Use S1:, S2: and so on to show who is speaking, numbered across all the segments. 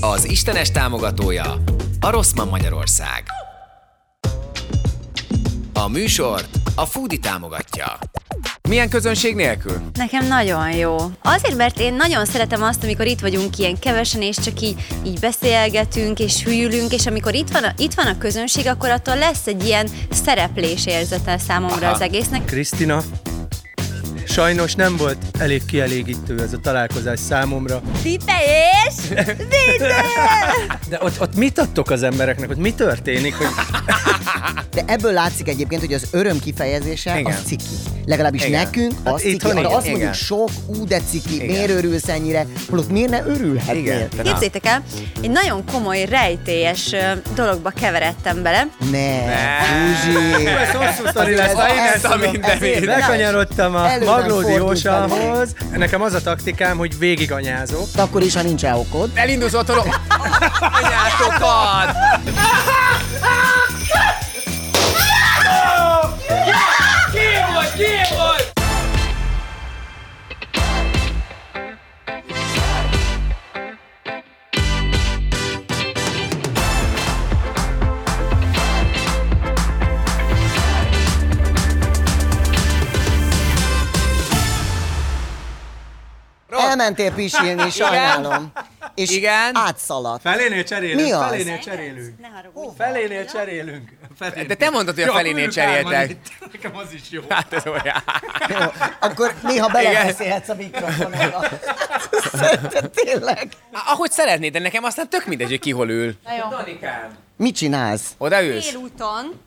S1: Az Istenes támogatója a Rosszman Magyarország. A műsort a Foodi támogatja. Milyen közönség nélkül?
S2: Nekem nagyon jó. Azért, mert én nagyon szeretem azt, amikor itt vagyunk ilyen kevesen, és csak így, így beszélgetünk, és hülyülünk, és amikor itt van, a, itt van a közönség, akkor attól lesz egy ilyen szereplés érzete számomra
S1: Aha.
S2: az egésznek.
S3: Krisztina, sajnos nem volt elég kielégítő ez a találkozás számomra.
S2: Tipe és Vitel!
S3: De ott, ott mit adtok az embereknek, hogy mi történik, hogy
S4: De ebből látszik egyébként, hogy az öröm kifejezése
S3: Igen.
S4: igen. az ciki. Legalábbis
S3: Igen.
S4: igen. nekünk
S3: Hát
S4: az ciki.
S3: itthon
S4: Arra
S3: igen,
S4: azt mondjuk
S3: igen.
S4: sok, ú de ciki,
S3: Igen.
S4: miért örülsz ennyire, holott miért ne örülhetnél?
S3: Igen.
S2: Képzétek el, egy nagyon komoly, rejtélyes ö, dologba keveredtem bele.
S4: Ne, Zsuzsi.
S3: ez hosszú sztori lesz, ha én
S4: Ez-
S3: ezt
S4: ez-
S3: tudom.
S4: ezért-
S3: Lekanyarodtam a
S4: Előre
S3: Maglódi
S4: fordultad
S3: Jósához. Nekem az a taktikám, hogy végiganyázok.
S4: Akkor is, ha nincs rá okod.
S1: Elindulsz otthon. Anyátokat!
S4: Elmentél pisilni, sajnálom. És
S1: Igen.
S4: átszaladt.
S3: Felénél cserélünk,
S4: Mi az?
S3: felénél cserélünk.
S2: Ne haragudj.
S3: Felénél cserélünk. Felénél.
S1: De te mondtad, hogy a felénél
S3: ülök, álmodni.
S1: cseréltek.
S3: Nekem az is jó.
S1: Hát ez olyan.
S4: Jó, akkor néha belebeszélhetsz a mikrofonba. Szerintem tényleg.
S1: Ahogy szeretnéd, de nekem aztán tök mindegy, hogy ki hol ül.
S2: Na jó.
S4: Mit csinálsz?
S1: Oda ülsz?
S2: félúton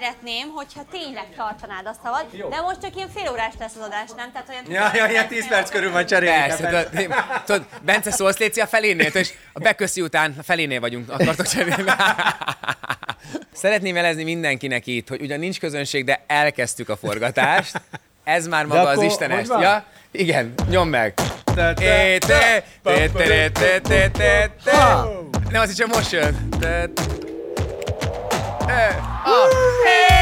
S2: szeretném, hogyha tényleg tartanád a szavad, de most csak ilyen félórás lesz az adás, nem? Tehát olyan
S3: Ja, ja, ilyen 10 perc körül van cserélni.
S1: Persze, tudod, én- tudod, Bence szólsz, Léci, a felénél, tudod, és a beköszi után a felénél vagyunk, akartok cserélni. Szeretném jelezni mindenkinek itt, hogy ugyan nincs közönség, de elkezdtük a forgatást. Ez már maga az
S3: akkor
S1: Istenes.
S3: hogy van?
S1: Ja? Igen, nyomd meg.
S3: Te- te-
S1: É, te- te- te- te- te- te- te. Nem, az is csak most jön. Te- te- a. Hé!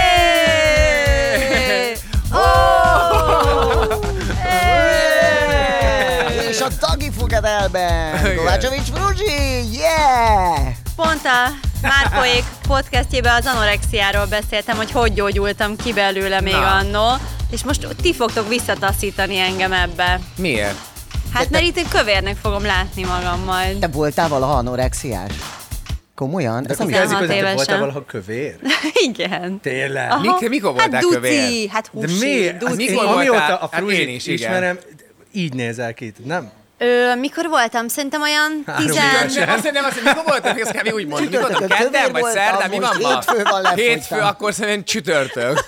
S4: És a Dagi fogadelben!
S1: Igen.
S4: Kovácsovics Fruzsi! Yeah!
S2: Pont a Márkoék podcastjében az anorexiáról beszéltem, hogy hogy gyógyultam ki belőle még
S1: Na.
S2: annó, és most ti fogtok visszataszítani engem ebbe.
S1: Miért?
S2: Hát mert itt én kövérnek fogom látni magam majd.
S4: Te voltál valaha anorexiás? Komolyan? Ez nem
S2: ugye ez-
S3: Kérdezik,
S4: igaz.
S3: hogy te
S2: évesen.
S3: voltál valaha kövér?
S2: Igen.
S3: Tényleg?
S2: Aha.
S1: Mik- mikor voltál
S2: hát duci,
S1: kövér?
S2: hát
S3: De
S2: húsi,
S3: mi?
S2: duci.
S3: Az én,
S1: Mikor voltál?
S3: amióta a
S1: Hát
S3: fruzsit
S1: én is, igen.
S3: ismerem, így nézel ki, nem?
S2: Ö, mikor voltam? Szerintem olyan
S3: Három éves.
S2: 10,
S1: Nem, azt nem, azt nem, mikor voltam, ez kb. úgy mondom. Mikor voltam,
S4: Csütörtökön
S1: kedden
S4: kövér
S1: vagy
S4: voltam,
S1: szerdán, mi van
S4: most
S1: ma?
S4: hétfő van, lefogytam.
S1: Hétfő, akkor szerintem csütörtök.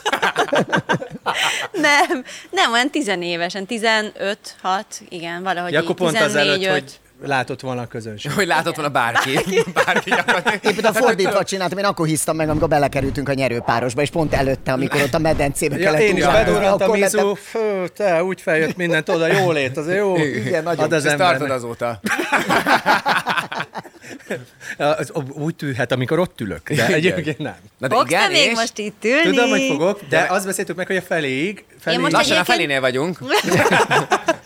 S2: Nem, nem, olyan tizenévesen, 15, 6, igen, valahogy
S3: Ja, akkor
S2: így,
S3: pont
S2: 14,
S3: azelőtt,
S2: öt.
S3: hogy látott volna a közönség.
S1: Hogy látott volna bárki. Bárki gyakorlatilag.
S4: Éppen a fordítva csináltam, én akkor hisztam meg, amikor belekerültünk a nyerőpárosba, és pont előtte, amikor ott a medencébe
S3: Ja,
S4: kellett
S3: én is
S4: ugrálni,
S3: bedurrant a
S4: akkor lettem-
S3: mizu, fő, te, úgy feljött mindent oda, jól lét, az jó.
S4: Igen, nagyon.
S3: Ad az
S1: És ezt tartod
S3: embernek.
S1: azóta.
S3: Az, úgy tűhet, amikor ott ülök, de
S1: Igen.
S3: egyébként nem.
S1: Na
S2: Fogsz te még most itt ülni?
S3: Tudom, hogy fogok, de azt beszéltük meg, hogy a feléig, feléig
S2: most
S1: Lassan a
S2: Egyébként-
S1: felénél vagyunk.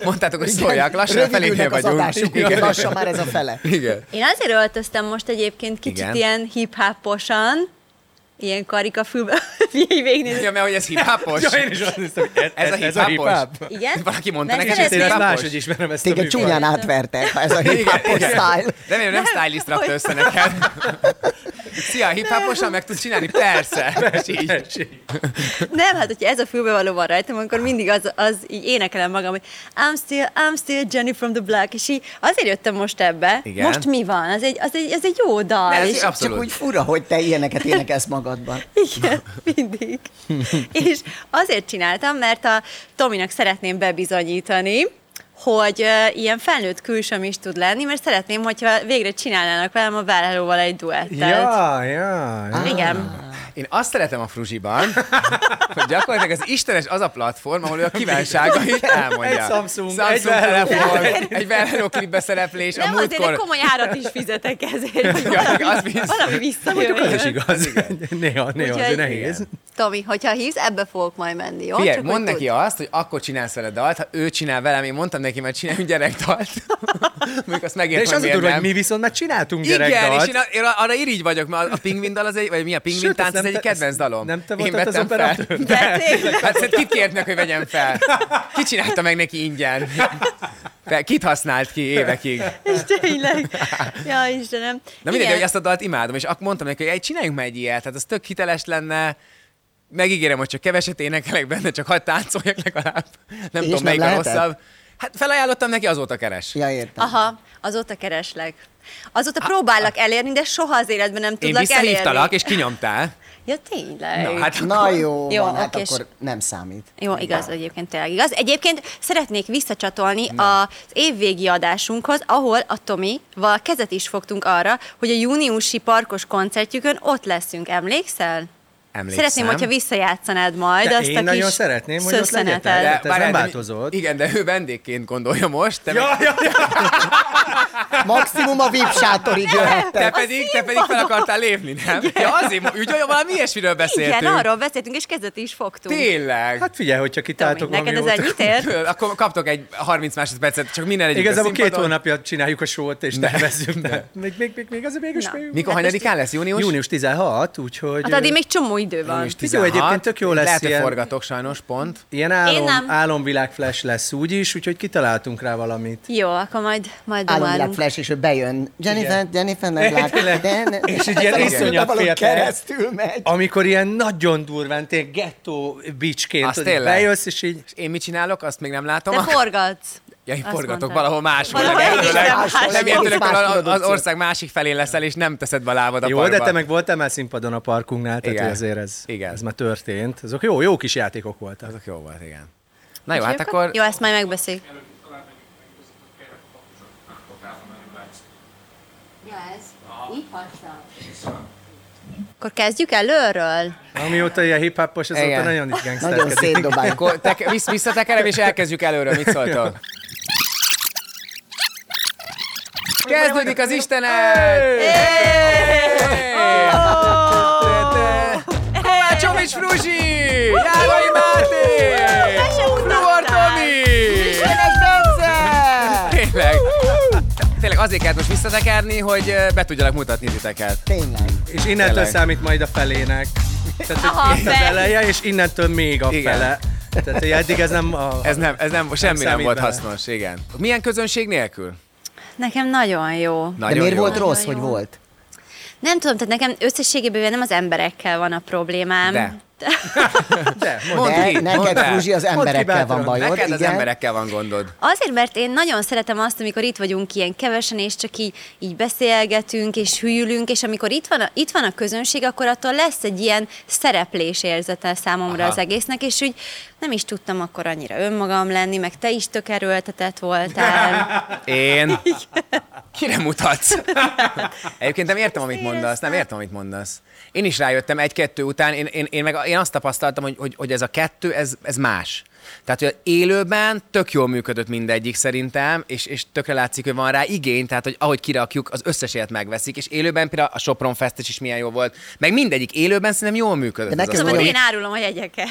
S1: Mondtátok, hogy szóljak, lassan a
S4: Rövidülnek
S1: felénél
S4: az
S1: vagyunk.
S4: adások, igen, lassan már ez a fele.
S1: Igen.
S2: Én azért öltöztem most egyébként kicsit
S1: Igen.
S2: ilyen hip-hoposan, ilyen karika fülbe, így végignézni.
S1: Ja, mert hogy ez hip-hopos.
S3: Ja, én is azt hiszem, hogy ez,
S1: Ez a
S3: hip-hop.
S1: hip-hopos.
S2: Igen?
S1: Valaki mondta
S2: Mert
S1: nekem, hogy
S3: Kicsit
S1: ez
S3: én ezt
S2: Hip-hopos.
S3: máshogy ismerem ezt a
S4: Téged
S3: műfajt.
S4: csúnyán átvertek, ha ez a hip
S1: Igen,
S4: hop
S1: igen.
S4: style.
S1: Remélem nem stylist rakta össze neked. Szia, hip-hoposan meg tudsz csinálni? Persze. És így.
S3: Tessék.
S2: Nem, hát hogyha ez a fülbevaló van rajtam, akkor mindig az, az így énekelem magam, hogy I'm still, I'm still Jenny from the Black, és így azért jöttem most ebbe.
S1: Igen.
S2: Most mi van? Az egy, az egy, az egy jó dal.
S1: Ne, ez
S2: és
S1: abszolút
S4: Csak úgy fura, hogy te ilyeneket énekelsz magadban.
S2: Igen, mindig. és azért csináltam, mert a Tominak szeretném bebizonyítani, hogy ö, ilyen felnőtt külsőm is tud lenni, mert szeretném, hogyha végre csinálnának velem a Vállalóval egy duettet.
S3: Ja, ja, ja.
S2: Igen.
S1: Én azt szeretem a fruzsiban, hogy gyakorlatilag az Istenes az a platform, ahol ő a kívánságait elmondja.
S3: Egy Samsung, egy
S1: telefon,
S3: Velló.
S1: egy Velló klipbe szereplés, a
S2: Nem azért, de
S1: múltkor...
S2: komoly árat is fizetek ezért, hogy
S1: Ja, az
S2: valami,
S1: biztos.
S2: valami
S3: Mondjuk az is
S2: visszajöjjön.
S3: igaz. Néha, néha
S2: Úgyhogy-
S3: azért nehéz.
S2: Tomi, hogyha hisz, ebbe fogok majd menni, jó?
S1: Figyelj,
S2: Csak
S1: mondd
S2: hogy
S1: neki
S2: tudd.
S1: azt, hogy akkor csinálsz vele dalt, ha ő csinál velem, én mondtam neki, majd csináljunk gyerekdalt. Mondjuk azt
S3: De
S1: megértem,
S3: és az a
S1: miért
S3: durva,
S1: nem.
S3: hogy mi viszont már csináltunk
S1: Igen, és
S3: gyerekdalt.
S1: én, a, én arra irigy vagyok, mert a- a pingvin dal az egy, vagy mi a pingvin
S3: Sőt, azt
S1: tánc, az
S3: nem
S1: egy
S3: te-
S1: kedvenc
S3: azt
S1: dalom.
S3: nem te
S1: Én
S3: voltad az
S1: vettem fel.
S3: operatőr?
S2: De tényleg?
S1: Hát szóval kit kérnek, hogy vegyem fel? Ki csinálta meg neki ingyen? Fel- Kit használt ki évekig?
S2: És tényleg. Ja, Istenem.
S1: Na mindegy, hogy ezt a dalt imádom, és akkor mondtam neki, hogy egy, csináljunk már egy ilyet, tehát az tök hiteles lenne, megígérem, hogy csak keveset énekelek benne, csak hadd táncoljak legalább. Nem
S4: És
S1: tudom,
S4: nem
S1: melyik a
S4: lehetett?
S1: rosszabb. Hát felajánlottam neki, azóta keres.
S4: Ja, értem.
S2: Aha, azóta kereslek. Azóta próbálok elérni, de soha az életben nem
S1: Én
S2: tudlak
S1: visszahívtalak,
S2: elérni.
S1: és kinyomtál.
S2: Ja, tényleg.
S1: Na, hát
S4: Na jó,
S2: Jó,
S4: jó van, hát
S2: oké, és-
S4: akkor nem számít.
S2: Jó, igaz, egyébként tényleg igaz. Egyébként szeretnék visszacsatolni az évvégi adásunkhoz, ahol a Tomival kezet is fogtunk arra, hogy a júniusi parkos koncertjükön ott leszünk, emlékszel?
S1: Emlékszem.
S2: Szeretném, hogyha visszajátszanád majd
S3: De
S2: azt
S3: én
S2: a
S3: nagyon
S2: kis
S3: szeretném, hogy ott
S2: szösszenetet.
S3: legyetek. De- Hát ez
S1: várjál,
S3: nem
S1: mi-
S3: változott.
S1: Igen, de ő vendégként gondolja most, te, meg-
S3: Ja, ja, ja.
S4: Maximum a VIP sátorig
S1: te,
S4: jöhettek.
S1: pedig, te pedig fel akartál lépni, nem? Ja, azért, ügy, hogy valami ilyesmiről beszéltünk.
S2: Igen, arról beszéltünk, és kezet is fogtunk.
S1: Tényleg.
S3: Hát figyelj, hogyha
S2: Tomi,
S3: kitáltok valami
S2: neked ez
S3: jót.
S2: ennyit ér?
S1: Akkor kaptok egy 30 másodpercet, csak minden egyik
S3: Igazából
S1: a
S3: két
S1: színpadon.
S3: hónapja csináljuk a sót, és tervezzük. de Még, még, még, még, azért mégis
S2: Na.
S3: még...
S1: Mikor
S2: Hát
S1: hanyadikán lesz? Június?
S3: Június 16, úgyhogy...
S2: Hát addig
S3: ö,
S2: még csomó idő van.
S1: Június
S3: Figyelj,
S1: 16.
S3: egyébként tök jó lesz
S1: Lehet, hogy
S3: ilyen-
S1: forgatok sajnos, pont.
S3: Ilyen
S2: Én
S3: álom,
S2: nem.
S3: álomvilág flash lesz úgyis, úgyhogy kitaláltunk rá valamit.
S2: Jó, akkor majd, majd
S4: Álomvilág
S2: dumálunk.
S4: flash, és ő bejön. Jennifer, Jennifer, nem lát.
S3: Tényleg. És így ilyen
S4: Aztán
S3: iszonyat
S4: utána valahogy
S3: fiatal.
S4: keresztül megy.
S3: Amikor ilyen nagyon durván, tényleg gettó bicsként
S1: Azt
S3: tudod, így
S1: tényleg.
S3: bejössz, és így...
S1: És én mit csinálok, azt még nem látom. Ah,
S2: Te forgatsz. Hát
S1: Ja, én
S2: Azt
S1: forgatok
S2: mondtad.
S1: valahol máshol.
S2: Valahol
S1: nem
S2: egyik
S1: értőleg-
S2: nem máshol.
S1: Nem értőleg,
S4: Más
S1: ahol az
S4: produkció.
S1: ország másik felén leszel, és nem teszed be a lábad a
S3: Jó,
S1: parkba.
S3: de te meg voltál már színpadon a parkunknál, tehát
S1: Igen.
S3: hogy azért ez,
S1: Igen.
S3: ez már történt. Azok jó, jó kis játékok voltak.
S1: Azok jó volt, igen. Na jó, hát
S2: Jó,
S1: akkor...
S2: Jó, ezt majd megbeszéljük. Akkor kezdjük előről?
S3: Amióta ilyen hip-hopos, azóta
S1: Igen.
S3: nagyon is
S4: Nagyon
S3: gangsterkedik.
S4: szétdobáljuk.
S1: Akkor te, vissz, visszatekerem, és elkezdjük előről. Mit szóltok? Kezdődik az Istenet!
S4: Oh!
S1: Kovácsovics Fruzsi! Jágai Máté!
S2: Te se mutattál!
S1: Ruhor Tomi! Tényleg. Tényleg azért kellett most visszatekerni, hogy eh, be tudjalak mutatni titeket.
S4: Tényleg.
S3: És innentől
S1: Tényleg.
S3: számít majd a felének. Tehát,
S2: Aha,
S3: hogy itt az
S2: fel.
S3: eleje, és innentől még a
S1: Igen.
S3: fele. Tehát, hogy eddig ez nem a...
S1: Ez nem, ez nem, semmi nem,
S3: számít
S1: volt
S3: bele.
S1: hasznos, igen. Milyen közönség nélkül?
S2: Nekem nagyon jó.
S4: De
S1: Nagyon
S4: miért
S1: jó.
S4: volt rossz,
S2: Nagyon
S4: hogy
S2: jó.
S4: volt?
S2: Nem tudom, tehát nekem összességében nem az emberekkel van a problémám.
S1: De.
S3: De, mondd.
S1: Mondd ki,
S4: De
S1: mondd
S4: neked,
S1: el.
S4: Fruzsi, az emberekkel
S3: bátran.
S4: van bajod.
S1: Neked az
S4: igen?
S1: emberekkel van gondod.
S2: Azért, mert én nagyon szeretem azt, amikor itt vagyunk ilyen kevesen, és csak így, így beszélgetünk, és hülyülünk, és amikor itt van, a, itt van a közönség, akkor attól lesz egy ilyen szereplés érzete számomra
S1: Aha.
S2: Aha. az egésznek, és úgy nem is tudtam akkor annyira önmagam lenni, meg te is tök erőltetett voltál. Szóval
S1: Én? Kire mutatsz? Egyébként nem értem, amit mondasz, nem értem, amit mondasz. Én is rájöttem egy-kettő után, én, én, én meg én azt tapasztaltam, hogy, hogy, hogy ez a kettő, ez, ez más. Tehát, hogy élőben tök jól működött mindegyik szerintem, és, és tökre látszik, hogy van rá igény, tehát, hogy ahogy kirakjuk, az összesélyet megveszik, és élőben például a Sopron Fest is milyen jó volt, meg mindegyik élőben szerintem jól működött.
S4: De
S1: ez a
S4: neked
S2: Szóval
S1: sztori.
S2: én árulom a jegyeket.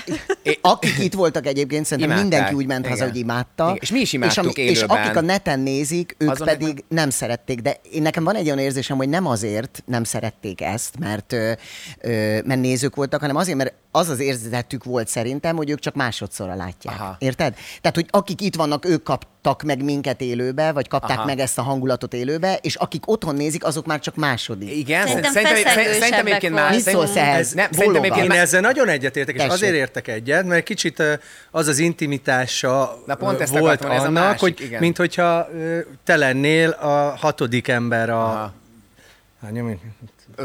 S4: Akik itt voltak egyébként, szerintem
S1: Imádták.
S4: mindenki úgy ment
S1: Igen.
S4: haza, hogy imádta.
S1: Igen. És mi is imádtuk
S4: és,
S1: élőben.
S4: akik a neten nézik, ők
S1: Azon
S4: Azon
S1: meg
S4: pedig meg... nem szerették. De én nekem van egy olyan érzésem, hogy nem azért nem szerették ezt, mert, ö, ö, mert nézők voltak, hanem azért, mert az az érzetük volt szerintem, hogy ők csak másodszorra látják.
S1: Aha.
S4: Aha. Érted? Tehát, hogy akik itt vannak, ők kaptak meg minket élőbe, vagy kapták
S1: Aha.
S4: Aha. meg ezt a hangulatot élőbe, és akik otthon nézik, azok már csak második.
S1: Igen,
S2: Szerintem
S1: szerintem, szerintem,
S2: feszegősebbek
S1: szerintem egyébként
S2: voltak.
S1: más.
S4: Mit szólsz
S1: szerintem-
S4: ehhez?
S1: Nem, szerintem
S4: Bólogat.
S1: egyébként
S3: Én
S1: más.
S3: ezzel nagyon egyetértek, és
S4: Tessék.
S3: azért értek egyet, mert kicsit ö, az az intimitása
S1: Na pont
S3: ö,
S1: ezt
S3: volt
S1: akartam, ez a
S3: annak,
S1: másik,
S3: hogy
S1: igen.
S3: mint hogyha ö, te lennél a hatodik ember a...
S1: Aha.
S3: Hát, nyomj,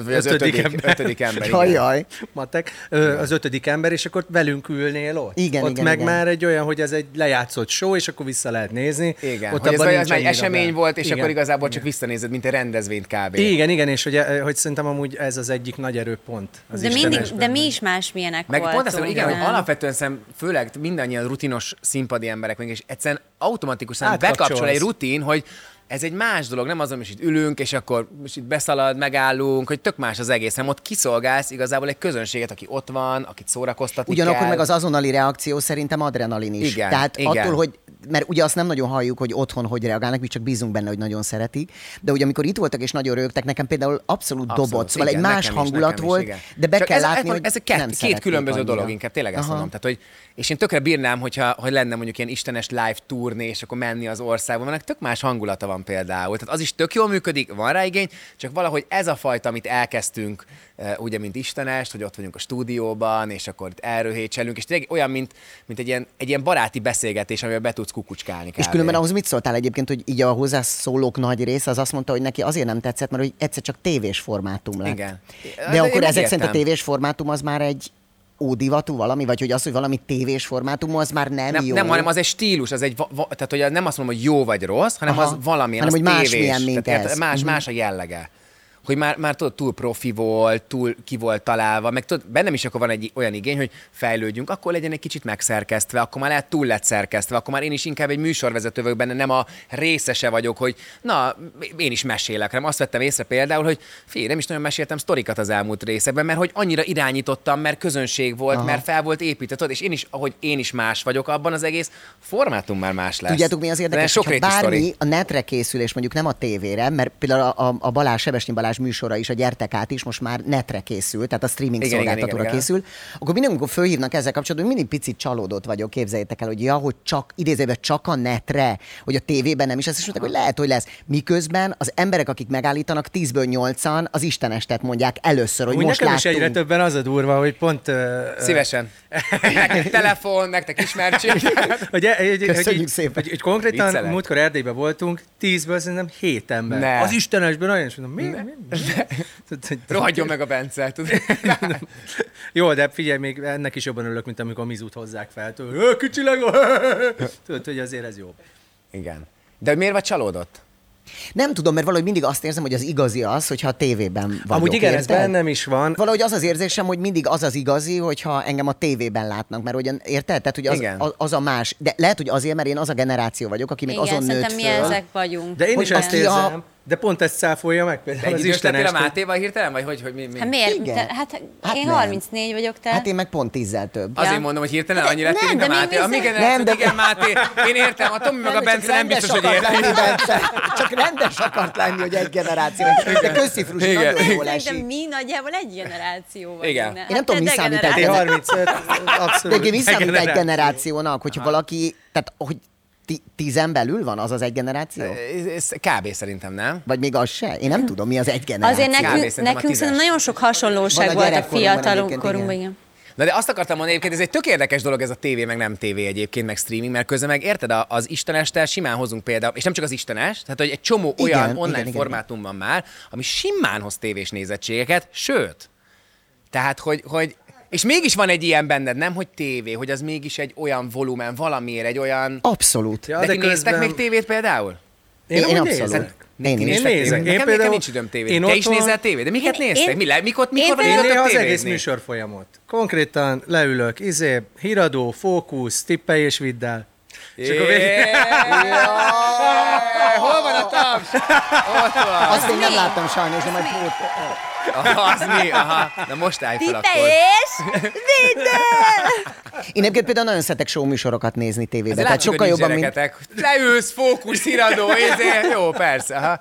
S1: Vagy Az ötödik, ötödik ember. Ötödik ember igen.
S4: Hajjaj.
S3: matek, ö, az ötödik ember, és akkor velünk ülnél ott.
S4: Igen,
S3: ott
S4: igen,
S3: meg
S4: igen.
S3: már egy olyan, hogy ez egy lejátszott show, és akkor vissza lehet nézni.
S1: Igen,
S3: ott
S1: hogy ez
S3: abban
S1: olyan
S3: nincs
S1: egy
S3: annyira
S1: esemény
S3: bele.
S1: volt, és
S3: Igen.
S1: akkor igazából csak visszanézed, mint egy rendezvényt kb.
S3: Igen, igen, és hogy, hogy szerintem amúgy ez az egyik nagy erőpont. Az
S2: De, mindig,
S3: Istenesben.
S2: de mi is másmilyenek
S1: Meg
S2: voltunk.
S1: pont azt mondom, igen, hogy
S2: nem?
S1: alapvetően szem, főleg mindannyian rutinos színpadi emberek vagyunk, és egyszerűen automatikusan
S3: Hát Átkapcsolsz.
S1: bekapcsol egy rutin, hogy ez egy más dolog, nem azon, hogy most itt ülünk, és akkor most itt beszalad, megállunk, hogy tök más az egész, hanem ott kiszolgálsz igazából egy közönséget, aki ott van, akit szórakoztatni
S4: Ugyanakkor
S1: kell.
S4: meg az azonnali reakció szerintem adrenalin is.
S1: Igen,
S4: Tehát
S1: igen.
S4: attól, hogy mert ugye azt nem nagyon halljuk, hogy otthon hogy reagálnak, mi csak bízunk benne, hogy nagyon szeretik. De ugye amikor itt voltak és nagyon rögtek, nekem például abszolút,
S1: Abszolút,
S4: dobott, szóval
S1: igen,
S4: egy más
S1: nekem is,
S4: hangulat
S1: nekem is,
S4: volt,
S1: igen.
S4: de be
S1: Csak
S4: kell
S1: ez,
S4: látni,
S1: mondom,
S4: hogy
S1: ez a két,
S4: nem
S1: két
S4: szerették
S1: különböző
S4: annyira.
S1: dolog, inkább tényleg ezt
S4: Aha.
S1: mondom. Tehát, hogy, és én tökre bírnám, hogyha, hogy lenne mondjuk ilyen istenes live turné, és akkor menni az országba, mert ennek tök más hangulata van például. Tehát az is tök jól működik, van rá igény, csak valahogy ez a fajta, amit elkezdtünk, eh, ugye, mint istenest, hogy ott vagyunk a stúdióban, és akkor itt erről hétselünk, és tényleg olyan, mint, mint egy, ilyen, egy ilyen baráti beszélgetés, amivel be tudsz kukucskálni.
S4: És
S1: kb.
S4: különben ahhoz mit szóltál egyébként, hogy így a hozzászólók nagy része az azt mondta, hogy neki azért nem tetszett, mert hogy egyszer csak tévés formátum lett.
S1: Igen. Hát
S4: De
S1: én
S4: akkor ezek
S1: megértem.
S4: szerint a tévés formátum az már egy ódivatú valami, vagy hogy az, hogy valami tévés formátum, az már nem,
S1: nem,
S4: jó.
S1: nem, hanem az egy stílus, az egy, va, va, tehát hogy nem azt mondom, hogy jó vagy rossz, hanem
S4: Aha.
S1: az valami,
S4: Hanem,
S1: az
S4: hogy más
S1: tévés.
S4: milyen, mint
S1: tehát,
S4: ez.
S1: Más, más a jellege. Hogy már, már tudod, túl profi volt, túl ki volt találva, meg tudod, bennem is akkor van egy olyan igény, hogy fejlődjünk, akkor legyen egy kicsit megszerkesztve, akkor már lehet túl lett szerkesztve, akkor már én is inkább egy műsorvezető vagyok benne, nem a részese vagyok, hogy na, én is mesélek, hanem azt vettem észre például, hogy figyelj, nem is nagyon meséltem sztorikat az elmúlt részekben, mert hogy annyira irányítottam, mert közönség volt, Aha. mert fel volt építve, tudod, és én is, ahogy én is más vagyok abban, az egész formátum már más lesz.
S4: Tudjátok, mi az
S1: De
S4: érdekes?
S1: Sok
S4: hogyha
S1: rétű
S4: bármi
S1: sztori.
S4: a netre készül, és mondjuk nem a tévére, mert például a, a, a Balázs, Sebesnyi Balázs műsora is, a Gyertek át is most már netre készül, tehát a streaming
S1: Igen,
S4: igen,
S1: igen,
S4: szolgáltatóra
S1: igen, igen.
S4: készül, akkor mindig, amikor fölhívnak ezzel kapcsolatban, mindig picit csalódott vagyok, képzeljétek el, hogy ja, hogy csak, idézőben csak a netre, hogy a tévében nem is lesz, és mondták, hogy lehet, hogy lesz. Miközben az emberek, akik megállítanak, 10-ből 8-an az Istenestet mondják először, hogy
S3: Úgy
S4: most
S3: nekem
S4: láttunk.
S3: is egyre többen az a durva, hogy pont... ö, ö,
S1: Szívesen. Nektek telefon, nektek ismertség.
S3: Hogy, e- hogy, hogy,
S4: Köszönjük
S3: hogy,
S4: szépen.
S3: Hogy, hogy konkrétan
S1: Viccelek.
S3: múltkor Erdélyben voltunk, tízből szerintem hét ember.
S1: Ne.
S3: Az istenesben nagyon is mondom, mi? mi, mi? Tudod, hogy-
S1: Rohadjon meg a Bence. tudod.
S3: Jó, de figyelj, még ennek is jobban örülök, mint amikor a mizut hozzák fel. Tudod, "Ö, kicsi legó! Tudod, hogy azért ez jobb.
S1: Igen. De miért vagy csalódott?
S4: Nem tudom, mert valahogy mindig azt érzem, hogy az igazi az, hogyha a tévében vagyok.
S3: Amúgy igen, ez
S4: érted?
S3: bennem is van.
S4: Valahogy az az érzésem, hogy mindig az az igazi, hogyha engem a tévében látnak, mert ugyan, érted? Tehát, hogy
S1: Igen.
S4: az, az, az, a más. De lehet, hogy azért, mert én az a generáció vagyok, aki még
S2: Igen,
S4: azon nőtt
S2: szerintem mi
S4: föl.
S2: ezek vagyunk.
S3: De én
S4: Hogy
S3: is ezt
S4: aki a-
S3: érzem, de pont ezt száfolja meg például
S1: Egy
S3: az
S1: idős lettél
S3: Istenes.
S1: a Mátéval hirtelen, vagy hogy, hogy mi, mi?
S2: Hát miért?
S4: Igen.
S2: Te, hát,
S4: Hát
S2: hát én
S4: nem.
S2: 34 vagyok, te.
S4: Hát én meg pont tízzel több.
S2: Az-
S1: Azért
S2: Ja.
S1: mondom, hogy hirtelen
S2: Hát
S1: annyi
S2: de-
S1: lettél,
S2: nem,
S1: mint a
S2: de mi
S1: Máté. A mi
S2: viszont-
S1: generációnk,
S4: Nem, de-
S1: igen, Máté. Én értem, a Tomi meg a
S4: Nem, csak
S1: Bence nem
S4: rendes
S1: biztos, hogy
S4: akart
S1: értem.
S4: lenni, Bence. Csak rendes akart lenni, hogy egy generáció. De köszi, Frusi,
S1: Igen.
S4: nagyon jól
S2: de
S4: esik.
S2: mi nagyjából egy generáció vagyunk.
S1: Igen.
S2: ne?
S1: Én
S4: nem
S2: Hát
S4: tudom,
S2: te
S4: mi számít egy
S3: Ti
S2: degenerált.
S3: 35,
S4: De
S3: abszolút.
S4: ugye mi számít egy
S3: Degenerált.
S4: generációnak, hogyha valaki, tehát hogy ti- tízen belül van az az egy generáció?
S1: Ez- ez Kb. szerintem, nem?
S4: Vagy még az se? Én nem tudom, mi az egy generáció.
S2: Azért
S1: Kb.
S2: nekünk,
S1: szerintem a
S2: nekünk
S1: tízes.
S2: szerintem nagyon sok hasonlóság
S4: Van a
S2: volt a
S4: gyerekkorunkban
S2: fiatalunk
S4: egyébként,
S2: korunkban.
S4: igen.
S2: Igen.
S1: Na de azt akartam mondani, egyébként ez egy tök érdekes dolog ez a tévé, meg nem tévé egyébként, meg streaming, mert közben meg érted, a- az istenestel simán hozunk például, és nem csak az istenes, tehát hogy egy csomó
S4: Igen,
S1: olyan
S4: igen,
S1: online
S4: igen, igen.
S1: formátum van már, ami simán hoz tévés nézettségeket, sőt, tehát hogy, hogy és mégis van egy ilyen benned, nem, hogy tévé, hogy az mégis egy olyan volumen, valamiért, egy olyan...
S4: Abszolút.
S3: Ja,
S1: de,
S3: de
S1: de néztek
S3: közben-
S1: még tévét például?
S4: Én, én
S3: amúgy
S4: abszolút.
S3: nézek.
S4: Én
S1: Ti
S4: is.
S1: néztek
S3: nézek.
S1: tévét?
S3: Én
S1: Nekem, nekem
S3: például-
S1: nincs időm tévét.
S3: én
S1: Te is
S3: otthon-
S1: nézel tévét? De miket
S2: Én-
S1: néztek?
S2: én-
S1: Mi le, mikor, mikor
S2: én
S1: vagy
S3: Én
S2: például-
S1: ott
S3: néha az
S1: tévézni?
S3: egész műsorfolyamot. Konkrétan leülök, izé, híradó, fókusz, tippelj és vidd el. És akkor végig...
S1: Jaj, Hol van a taps? Ott van.
S4: Azt még nem
S2: mi?
S4: láttam sajnos, de majd prót.
S1: Aha, az mi? Aha. Na most állj fel
S2: Ti te
S1: akkor.
S2: és minden!
S4: Én egyébként például nagyon szeretek show műsorokat nézni tévében.
S1: Ez
S4: Tehát
S1: látszik,
S4: sokkal
S1: hogy
S4: jobban,
S1: jobban,
S4: mint...
S1: Leülsz, fókusz, iradó, ézé. Jó, persze. Aha.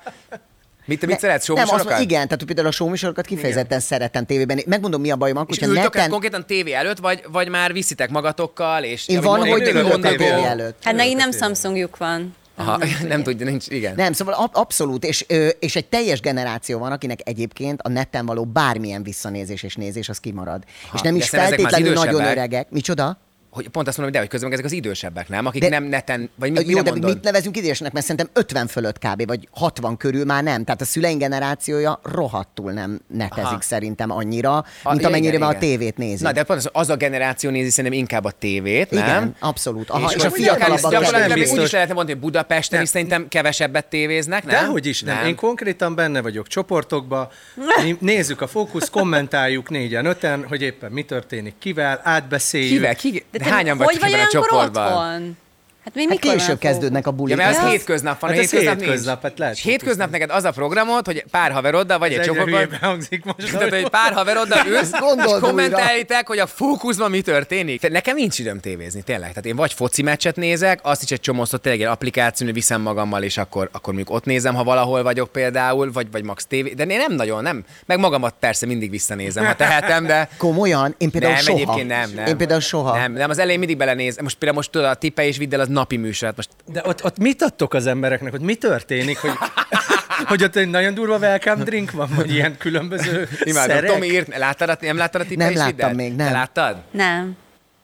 S1: Mit, mit szeretsz? Show
S4: nem, azt
S1: műsorokat?
S4: mondom, igen, tehát például a show műsorokat kifejezetten szeretem tévében. Megmondom, mi a bajom, akkor,
S1: És
S4: hogyha
S1: ültök el
S4: neten...
S1: konkrétan tévé előtt, vagy, vagy már viszitek magatokkal? És,
S4: Én
S1: amit
S4: van,
S1: mondod,
S4: hogy
S1: tök
S3: ülök a
S4: ülök a
S1: gondoló.
S4: tévé előtt.
S2: Hát nekik nem Samsungjuk van.
S1: Aha, nem tudja, nincs, igen.
S4: Nem, szóval ab- abszolút, és, ö, és egy teljes generáció van, akinek egyébként a netten való bármilyen visszanézés és nézés az kimarad. és nem
S1: de
S4: is
S1: szerintem ezek már az
S4: feltétlenül nagyon
S1: idősebbek.
S4: öregek. Micsoda?
S1: Hogy pont azt mondom, hogy de, hogy közben meg ezek az idősebbek, nem? Akik
S4: De-
S1: nem neten, vagy mit,
S4: Mit, Jó,
S1: mire
S4: de
S1: mondod?
S4: mit nevezünk idősnek, mert szerintem 50 fölött kb. vagy 60 körül már nem. Tehát a szüleink generációja rohadtul nem netezik
S1: Aha.
S4: Aha. szerintem annyira,
S1: A-
S4: mint
S1: ja,
S4: amennyire
S1: igen,
S4: már a
S1: igen.
S4: tévét nézi.
S1: Na, de pont az, az a generáció nézi szerintem inkább a tévét,
S4: Igen,
S1: nem?
S4: abszolút. Aha, és, és a
S1: akkor
S4: fiatalabbak
S1: gyakorlatilag
S3: nem
S4: kedvelik.
S1: még Úgy is
S3: biztos.
S1: lehetne mondani, hogy Budapesten
S3: Nem.
S1: is szerintem kevesebbet tévéznek, nem?
S3: Dehogy is nem. Én konkrétan benne vagyok csoportokba, mi nézzük a fókusz, kommentáljuk négyen, öten, hogy éppen mi történik, kivel, átbeszéljük.
S1: Kivel? Ki, de,
S2: te
S1: hányan
S2: hogy
S1: vagy ebben a
S2: olyankor
S1: csoportban?
S2: otthon? Hát Hát még
S4: Hát
S2: mikor van a
S4: később
S2: fókusz?
S4: kezdődnek a bulik.
S1: Ja, mert
S4: Ez
S1: az
S4: az-
S1: hétköznap van,
S3: Hát
S1: a
S3: ez
S1: hétköznap,
S3: hétköznap, hát
S1: nincs.
S3: lehet,
S1: és
S3: hogy
S1: hétköznap neked az a programod, hogy pár haveroddal vagy egy
S3: Ez egyre
S1: csoportban,
S3: hülyébb hangzik most.
S1: tehát, hogy pár haveroddal ülsz,
S4: Gondold
S1: és
S4: újra.
S1: kommentálitek, hogy a fókuszban mi történik. Te- Nekem nincs időm tévézni, tényleg. Tehát én vagy foci meccset nézek, azt is egy csomószor tényleg egy applikáción viszem magammal, és akkor, akkor mondjuk ott nézem, ha valahol vagyok például, vagy, vagy max tévé. De én nem nagyon, nem. Meg magamat persze mindig visszanézem, ha tehetem, de...
S4: Komolyan? Én például
S1: nem,
S4: soha.
S1: egyébként nem, nem.
S4: Én például soha.
S1: Nem, nem, az elején mindig belenéz. Most például most tudod, a tipe és vidd el, az napi műsor, hát most
S3: De ott, ott mit adtok az embereknek, hogy mi történik, hogy, hogy ott egy nagyon durva welcome drink van, vagy ilyen különböző
S1: imádom.
S3: szerek?
S1: Tomi írt, láttad, a- nem láttad a tipe
S4: Nem
S1: és vidd el?
S4: láttam még, nem.
S1: Te láttad?
S2: Nem.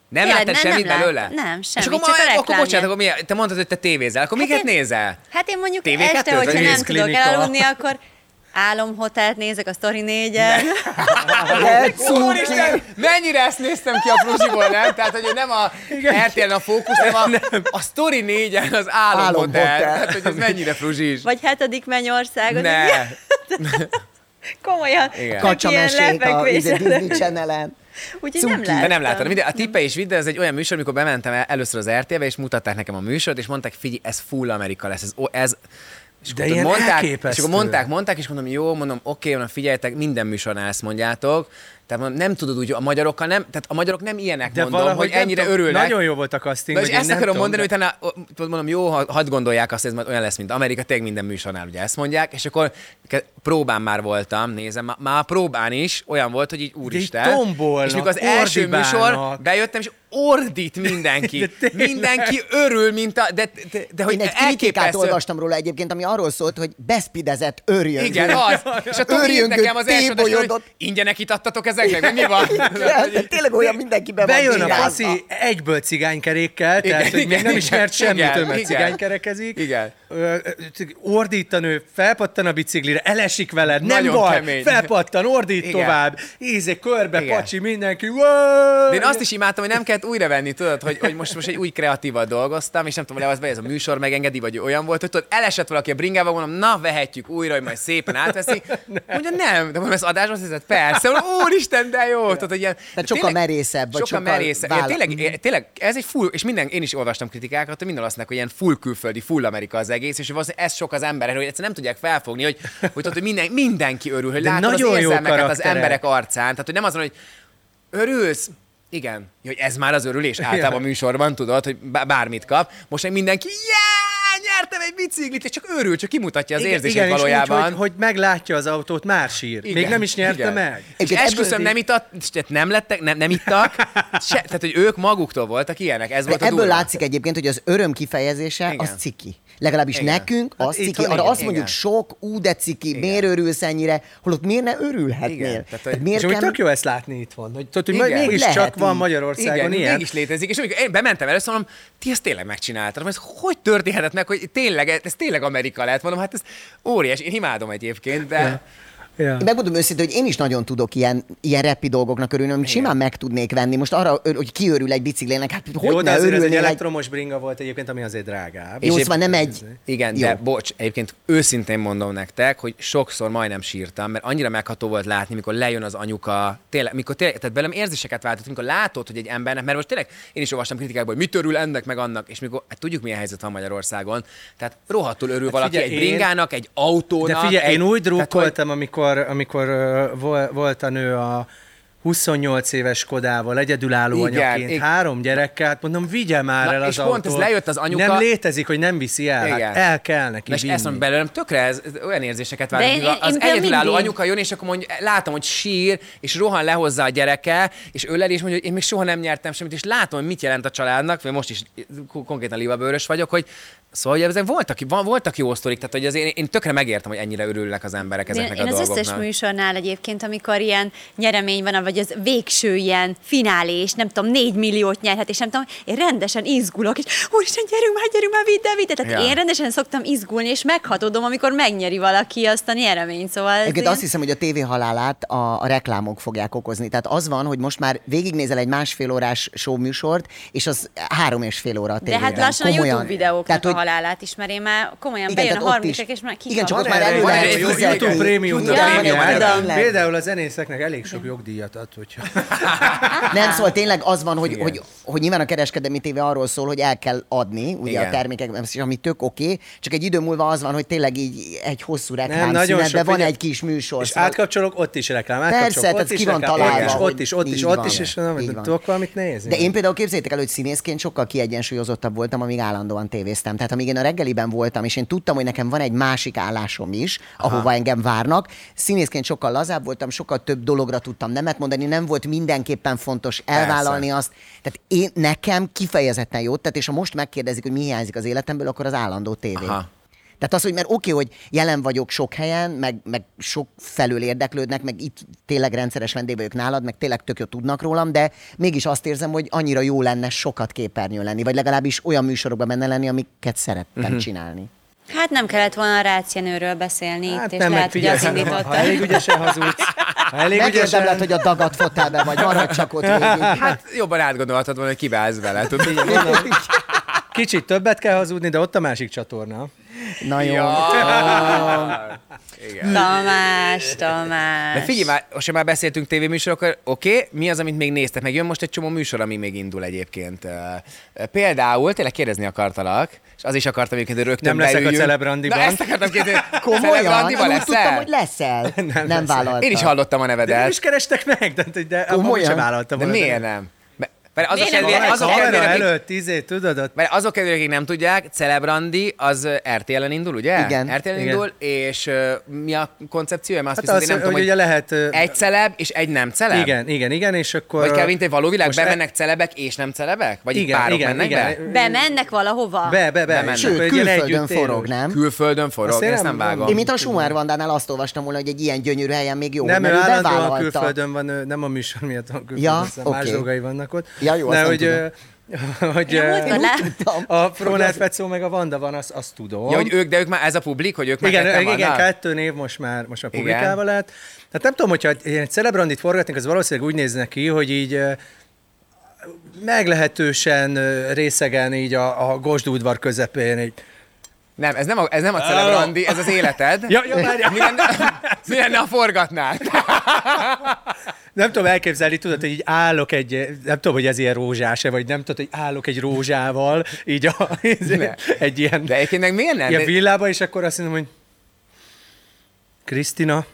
S1: Nem
S2: Tényleg,
S1: láttál
S2: nem,
S1: semmit
S2: nem lát-
S1: belőle?
S2: nem,
S1: És
S2: semmit,
S1: akkor,
S2: csak a
S1: ma, akkor
S2: reklámja.
S1: bocsánat, akkor mi, te mondtad, hogy te tévézel, akkor miket
S2: én-
S1: nézel?
S2: Hát én mondjuk
S1: TV2-t?
S2: este, hogyha nem tudok
S3: Rézklinika.
S2: elaludni, akkor álomhotelt nézek a Story 4-en.
S4: Lehet
S1: Úristen,
S4: cunkli.
S1: mennyire ezt néztem ki a plusiból, nem? Tehát, hogy ő nem a
S3: Igen.
S1: RTL-en a fókusz, hanem a, a Story 4-en az álomhotel.
S4: Álomhotel.
S1: Tehát, hogy ez mennyire fruzsis.
S2: Vagy hetedik mennyországot.
S1: Ne.
S2: igen. Komolyan.
S1: Igen.
S2: csak
S4: Kacsa
S2: ilyen
S4: mesék a
S2: lefekvés
S4: izé, Disney
S2: előtt.
S4: Channel-en.
S2: Úgyhogy nem
S4: Cuki.
S2: láttam.
S1: De nem láttam. Minden, a tippe és videó, ez egy olyan műsor, amikor bementem el, először az RTL-be, és mutatták nekem a műsort, és mondták, figyelj, ez full Amerika lesz, ez, ó, ez és
S3: De
S1: akkor
S3: ilyen
S1: mondták, és
S3: elképesztő.
S1: akkor mondták, mondták, és mondom, jó, mondom, oké, mondom, figyeljetek, minden műsornál ezt mondjátok. Tehát mondom, nem tudod úgy, a magyarokkal nem, tehát a magyarok nem ilyenek,
S3: De
S1: mondom,
S3: valahogy
S1: hogy
S3: nem
S1: ennyire
S3: tudom,
S1: örülnek.
S3: Nagyon jó volt a casting,
S1: Na, és
S3: hogy én
S1: ezt
S3: nem
S1: akarom
S3: tudom,
S1: mondani,
S3: de-
S1: hogy utána ó, tudod, mondom, jó, ha hadd gondolják azt, ez majd olyan lesz, mint Amerika, tényleg minden műsornál ugye ezt mondják, és akkor ke- próbán már voltam, nézem, má- már a próbán is olyan volt, hogy így úristen.
S3: tombolnak,
S1: és mikor az első
S3: ordibálnak.
S1: műsor, bejöttem, és ordít
S3: De
S1: mindenki.
S3: tényleg.
S1: mindenki örül, mint a... De, de, de hogy
S4: Én egy kritikát
S1: elképesztő.
S4: olvastam róla egyébként, ami arról szólt, hogy beszpidezett őrjön.
S1: Igen, az. És a Tomi írt
S4: Őrjöngő,
S1: nekem az első adásról, hogy
S4: tébolyodott.
S1: ingyenek ittattatok ezeknek, vagy mi van?
S4: Igen, de tényleg olyan mindenki be van
S3: Bejön a
S4: dirázva.
S3: faszi egyből cigánykerékkel,
S1: Igen,
S3: tehát hogy még
S1: igen,
S3: nem ismert
S1: igen,
S3: semmit,
S1: igen,
S3: ő már
S1: igen.
S3: cigánykerekezik.
S1: Igen.
S3: Ö, ö, Ordítan ő, felpattan a biciklire, elesik veled, nem
S1: Nagyon
S3: baj,
S1: kemény.
S3: felpattan, ordít
S1: Igen.
S3: tovább, íze körbe,
S1: Igen.
S3: pacsi, mindenki. wow!
S1: De én azt is imádtam, hogy nem kellett újra venni, tudod, hogy, hogy most, most egy új kreatíval dolgoztam, és nem tudom, hogy az vagy ez a műsor megengedi, vagy olyan volt, hogy tudod, elesett valaki a bringával, mondom, na, vehetjük újra, hogy majd szépen átveszi. Mondja, nem, de mondom, ez adásban hiszed, persze, mondom, úristen, de jó. Tehát, hogy ilyen,
S4: Tehát sokkal merészebb, vagy
S1: sokkal
S4: sokkal
S1: merészebb.
S4: vála-
S1: Ilyen, tényleg, ilyen, tényleg, ez egy full, és minden, én is olvastam kritikákat, hogy minden azt mondják, hogy ilyen full külföldi, full Amerika az egész, és valószínűleg ez sok az ember, hogy egyszerűen nem tudják felfogni, hogy, hogy, tudod, hogy minden, mindenki örül, hogy
S3: De
S1: látod az
S3: nagyon jó
S1: érzelmeket az
S3: karakterek.
S1: emberek arcán. Tehát, hogy nem azon, hogy örülsz, igen, Ja, hogy ez már az örülés általában a műsorban, tudod, hogy bá- bármit kap. Most meg mindenki, yeah, nyertem egy biciklit, és csak örül, csak kimutatja az
S3: Igen,
S1: érzését
S3: igen, és
S1: valójában.
S3: Úgy, hogy, hogy meglátja az autót, már sír. Igen, Még nem is nyerte
S1: igen.
S3: igen. meg.
S1: És
S4: Egyébként
S1: esküszöm,
S4: ebből-
S1: nem itat, tehát nem lettek, nem, nem ittak, se, tehát hogy ők maguktól voltak ilyenek, ez volt
S4: De
S1: a
S4: ebből
S1: durva.
S4: látszik egyébként, hogy az öröm kifejezése
S1: Igen.
S4: az ciki. Legalábbis
S1: Igen.
S4: nekünk
S3: Hát
S4: az ciki.
S3: itthon
S4: Arra
S3: igen.
S4: azt mondjuk
S1: Igen.
S4: sok, ú de ciki, miért örülsz ennyire, holott miért ne örülhetnél?
S1: Igen. Tehát, hogy-
S4: Tehát, miért
S3: És hogy
S4: kell-
S3: tök jó ezt látni itt van. Hogy, tudod, hogy
S1: Igen.
S3: mégis csak
S4: Lehet
S3: van
S4: így.
S3: Magyarországon
S1: Igen,
S3: ilyen.
S1: mégis létezik. És amikor én bementem először, mondom, ti ezt tényleg megcsináltatok. Mondom, Ez hogy történhetett meg, hogy tényleg, ez tényleg Amerika lehet? Mondom, hát ez óriás, én imádom egyébként, de...
S3: Ja.
S4: Én megmondom őszintén, hogy én is nagyon tudok ilyen, ilyen repi dolgoknak örülni, amit simán meg tudnék venni. Most arra, ör- hogy kiörül egy biciklének, hát hogy
S3: Jó, de
S4: ne
S3: azért ez egy
S4: örülnél egy...
S3: elektromos bringa volt egyébként, ami azért drágább.
S4: Jó,
S1: És
S4: szóval
S1: épp-
S4: nem egy...
S1: Igen,
S4: Jó.
S1: de bocs, egyébként őszintén mondom nektek, hogy sokszor majdnem sírtam, mert annyira megható volt látni, mikor lejön az anyuka, tényleg, mikor tényleg, tehát belem érzéseket váltott, mikor látod, hogy egy embernek, mert most tényleg én is olvastam kritikákból, hogy mit örül ennek, meg annak, és mikor, hát tudjuk milyen helyzet van Magyarországon, tehát rohadtul örül valaki
S3: Hát figyelj,
S1: egy
S3: én-
S1: bringának, egy autónak.
S3: De figyelj,
S1: egy,
S3: én úgy
S1: tehát, hogy-
S3: drukkoltam, amikor, amikor ö, vol- volt a nő a 28 éves kodával, egyedülálló
S1: Igen,
S3: anyaként,
S1: igen.
S3: három gyerekkel, hát mondom, vigye már
S1: Na,
S3: el az
S1: és pont ez
S3: autót.
S1: lejött az anyuka-
S3: Nem létezik, hogy nem viszi el,
S1: Igen.
S3: hát el kell neki
S1: Na, és ezt
S3: vinni.
S1: mondom belőlem, tökre ez, ez olyan érzéseket vált,
S2: De
S1: hogy
S2: én- én- én
S1: az
S2: például
S1: egyedülálló
S2: mindig.
S1: anyuka jön, és akkor mondja, látom, hogy sír, és rohan le hozzá a gyereke, és öleli, és mondja, hogy én még soha nem nyertem semmit, és látom, hogy mit jelent a családnak, mert most is k- konkrétan libabőrös vagyok, hogy Szóval, hogy ezek voltak, van, voltak jó sztorik, tehát hogy azért én, én tökre megértem, hogy ennyire örülnek az emberek
S2: Én,
S1: ezeknek
S2: én
S1: a
S2: az
S1: dolgoknak.
S2: összes műsornál egyébként, amikor ilyen nyeremény van, vagy az végső ilyen finálé, és nem tudom, négy milliót nyerhet, és nem tudom, én rendesen izgulok, és úristen, gyerünk már, gyerünk már, vidd el, vidd el. Tehát
S1: Ja.
S2: én rendesen szoktam izgulni, és meghatódom, amikor megnyeri valaki azt a nyereményt, szóval... ez
S4: Egyébként
S2: ilyen-
S4: azt hiszem, hogy a tévé halálát a, a reklámok fogják okozni. Tehát az van, hogy most már végignézel egy másfél órás show műsort, és az három és fél óra a
S2: de
S4: tévében.
S2: hát lassan a YouTube videóknak
S4: Tehát,
S2: tehát,
S4: hogy-
S2: a halálát is, mert én már komolyan
S4: Igen,
S2: igen, bejön
S4: tehát
S2: a
S4: ott
S2: harmadikek,
S4: is.
S2: és már
S4: Igen, csak
S2: kikapom.
S4: ott már elő
S1: Van
S4: lehet
S1: egy
S3: Jó,
S1: fizetni.
S4: fizetni.
S3: YouTube prémium
S1: Tudom,
S4: van egy
S3: prémium.
S4: olyan.
S3: Például a zenészeknek elég sok jogdíjat tehát hogyha...
S4: Nem, szóval tényleg az van, hogy,
S1: Igen.
S4: hogy, hogy nyilván a kereskedelmi tévé arról szól, hogy el kell adni ugye
S1: Igen.
S4: a termékekben, és ami tök oké, okay, csak egy idő múlva az van, hogy tényleg így egy hosszú reklám
S3: nagyon
S4: szünetben
S3: sok,
S4: Hát van
S3: ugye-
S4: egy kis műsor. szóval-
S3: És átkapcsolok, ott is reklám,
S4: Persze,
S3: átkapcsolok,
S4: tehát
S3: ott is
S4: ki van
S3: reklám,
S4: találva. hogy
S3: ott is, ott is,
S4: így
S3: ott
S4: van.
S3: is, és
S4: Így
S3: nem
S4: van.
S3: tudok valamit nézni.
S4: De én például képzeljétek el, hogy színészként sokkal kiegyensúlyozottabb voltam, amíg állandóan tévéztem. Tehát amíg én a reggeliben voltam, és én tudtam, hogy nekem van egy másik állásom is, ahova engem várnak, színészként sokkal lazább voltam, sokkal több dologra tudtam nemet mondani, nem volt mindenképpen fontos elvállalni azt. Tehát én, nekem kifejezetten jót tett, és ha most megkérdezik, hogy mi hiányzik az életemből, akkor az állandó tévé.
S1: Aha.
S4: Tehát az, hogy mert oké, hogy jelen vagyok sok helyen, meg, meg sok felől érdeklődnek, meg itt tényleg rendszeres vendég vagyok nálad, meg tényleg tök jó tudnak rólam, de mégis azt érzem, hogy annyira jó lenne sokat képernyőn lenni, vagy legalábbis olyan műsorokban benne lenni, amiket szerettem uh-huh. csinálni.
S2: Hát nem kellett volna a rácienőről beszélni
S1: Hát,
S4: Hát
S2: itt, és
S3: meg
S2: lehet, hogy az
S3: Hát figyelj, ha-
S2: indította.
S3: Ha elég ügyesen hazudsz, ha elég ügyesen...
S4: Megérdemled, hogy a dagat fotelben vagy, maradj csak ott végig. Hát,
S1: Hát jobban átgondolhatod volna, hogy kibálsz vele, tudod?
S3: Gondolom. Kicsit többet kell hazudni, de ott a másik csatorna.
S4: Na jó.
S2: Tamás, Tamás.
S1: De figyelj már, most ha már beszéltünk tévéműsorokról, oké, okay, mi az, amit még néztek? Meg jön most egy csomó műsor, ami még indul egyébként. Ö, ö, Például, tényleg kérdezni akartalak, és az is akartam egyébként, hogy rögtön
S3: Nem leszek a
S1: beüljünk.
S3: Celebrandiban.
S1: Na ezt akartam kérdezni.
S4: Komolyan? Én
S1: Celebrandiban
S4: úgy tudtam,
S1: leszel?
S4: hogy leszel. Nem, nem vállaltam.
S1: Én is hallottam a
S3: De nem
S1: nevedet.
S3: is kerestek meg, de, de, de abban
S4: Komolyan?
S3: sem vállaltam.
S1: hát- De
S3: volna.
S1: miért nem? Mert- Mert azok
S2: Miért nem
S1: kedvére,
S2: van
S1: azok
S3: Kamera
S1: kedvére, akik-
S3: előtt, izé, tudod, ott
S1: mert azok kedvére, akik nem tudják, Celebrandi az RTL-en indul, ugye?
S4: Igen.
S1: RTL-en
S3: Igen.
S1: indul, és ö, mi a koncepciója? Mert azt
S3: Hát
S1: viszont
S3: az,
S1: én nem
S3: hogy
S1: tudom,
S3: ugye lehet, ö,
S1: egy celeb és egy nem celeb.
S3: Igen, igen, igen, és akkor...
S1: Vagy kell, mint egy való világ,
S3: Most e-
S1: bemennek celebek és nem celebek? Vagy igen,
S3: Igen,
S1: párok
S3: igen,
S1: mennek
S3: igen.
S1: be?
S2: Bemennek valahova?
S3: e- Be, be, be.
S1: Bemennek.
S3: és akkor
S4: Sőt,
S3: egy ilyen
S4: külföldön
S3: együtt élő.
S4: forog, nem?
S1: Külföldön forog,
S3: Azt én
S1: ezt nem
S3: nem-
S1: vágom.
S4: Én, mint a Schumer Vandánál azt olvastam volna, hogy egy ilyen gyönyörű helyen még jó,
S3: Nem, ő
S4: mert ő
S3: állandóan
S4: bevállalta.
S3: külföldön van, ő nem a műsor miatt van külföldön,
S4: Ja,
S3: aztán más
S4: oké.
S3: dolgai vannak ott.
S4: Ja, jó, azt
S3: de
S4: nem
S3: hogy, ö,
S4: tudom.
S3: hogy
S2: Én a
S3: ö,
S2: múltkor lá-
S3: a Froner Fecó meg a Vanda van, azt, azt tudom.
S1: Ja, hogy ők, de ők már, ez a publik, hogy ők már
S3: igen,
S1: ketten
S3: igen, igen,
S1: vannak?
S3: kettő név most már, most már
S1: Igen.
S3: publikálva lett. Tehát nem tudom, hogyha egy- egy celebrandit forgatnénk, az valószínűleg úgy nézne ki, hogy így ö, meglehetősen ö, részegen így a, a Gosd udvar közepén. Így.
S1: Nem, ez nem a, ez nem a celebrandi, ez az életed.
S3: Ja, ja, várjál.
S1: mi, lenne, mi lenne, ha forgatnál?
S3: Nem tudom elképzelni, tudod, hogy így állok egy, nem tudom, hogy ez ilyen rózsás-e, vagy nem tudod, hogy állok egy rózsával, így a, egy ilyen,
S1: De egyébként meg miért nem?
S3: ilyen
S1: De,
S3: villába, és akkor azt mondom, hogy Krisztina,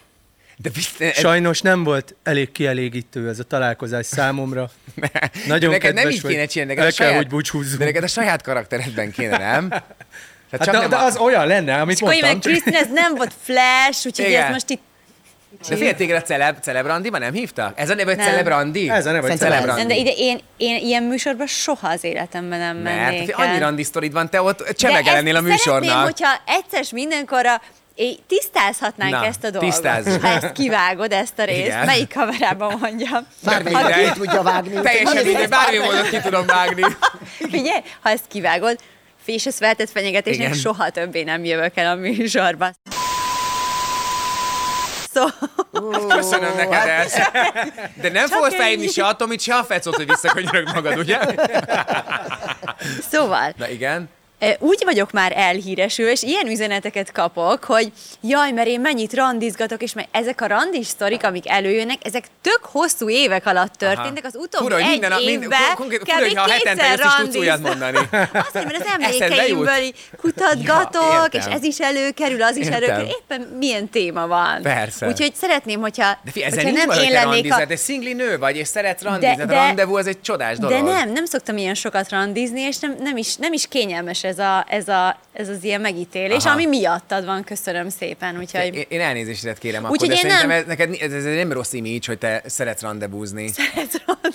S1: de biztos,
S3: sajnos nem volt elég kielégítő ez a találkozás számomra. Nagyon
S1: neked nem
S3: kedves
S1: így
S3: vagy.
S1: kéne csinálni, neked
S3: El
S1: a
S3: kell,
S1: saját,
S3: hogy búcsúzzunk.
S1: De neked a saját karakteredben kéne, nem? Tehát
S3: Hát de,
S1: nem
S3: de
S1: a-
S3: az olyan lenne, amit
S2: Akkor én
S3: mondtam.
S2: meg Krisztin, ez nem volt flash, úgyhogy
S1: Igen.
S2: ez most itt...
S1: De fél téged a celeb, celebrandi, ma nem hívtak? Ez a neve, hogy
S2: Nem.
S1: celebrandi?
S3: Ez a neve, hogy
S1: Szerintem
S4: Celebrandi.
S2: Nem, de ide én, én ilyen műsorban soha az életemben nem
S1: Mert hát,
S2: mennék
S1: fi- annyi
S2: el.
S1: randi sztorid van, te ott
S2: De
S1: csemegelnél a
S2: ezt
S1: műsornak.
S2: Szeretném, hogyha egyszer s mindenkorra é, tisztázhatnánk
S1: Na,
S2: ezt a dolgot.
S1: tisztázzuk.
S2: Ha ezt kivágod, ezt a részt,
S1: Igen.
S2: melyik kamerában mondjam.
S4: Bármelyik
S1: Mindegy.
S4: ki tudja vágni.
S1: Teljesen
S4: úgyhogy-
S1: mindegy, bármi módon ki tudom vágni.
S2: Figyelj, ha ezt kivágod, és ezt feltett fenyegetésnek
S1: Igen.
S2: soha többé nem jövök el a műsorba. Szóval,
S1: Köszönöm neked ezt. De nem
S2: hát Csak
S1: fogsz fejni
S2: ennyi.
S1: se atomit, se a fecot, hogy visszakönyörög magad, ugye?
S2: szóval
S1: Na igen.
S2: Ö, úgy vagyok már elhíresül, és ilyen üzeneteket kapok, hogy jaj, mert én mennyit randizgatok, és mert ezek a randis sztorik, amik előjönnek, ezek tök hosszú évek alatt történtek, az utóbbi
S1: Fura, hogy
S2: egy
S1: minden nap- mind-
S2: évben
S1: kon- konkrét- fura, hogyha
S2: kb.
S1: hetente
S2: kétszer
S1: összes tudsz újat
S2: randiztam.
S1: mondani.
S2: Azért, mert az
S1: jut?
S2: emlékeimből így kutatgatok,
S1: Ja,
S2: ja,
S1: értem.
S2: és ez is előkerül, az is
S1: Értem.
S2: előkerül, éppen milyen téma van.
S1: Persze.
S2: Úgyhogy szeretném, hogyha,
S1: De fi, ezzel
S2: hogyha
S1: nincs
S2: nem
S1: valahogy
S2: én
S1: te
S2: lennék
S1: randizál,
S2: a...
S1: de hát szingli nő vagy, és szeretsz randizni. De,
S2: de-
S1: rendezvú az egy csodás dolog.
S2: De nem, nem szoktam ilyen sokat randizni, és nem, nem, is, nem is kényelmes ez, a, ez, a, ez az ilyen megítélés,
S1: Aha.
S2: ami miattad van, köszönöm szépen. Úgyhogy
S1: Én- Én elnézésedet kérem akkor,
S2: Úgyhogy
S1: de
S2: én
S1: szerintem
S2: nem-
S1: ez, neked, ez, ez nem rossz image, hogy te szeretsz randevúzni.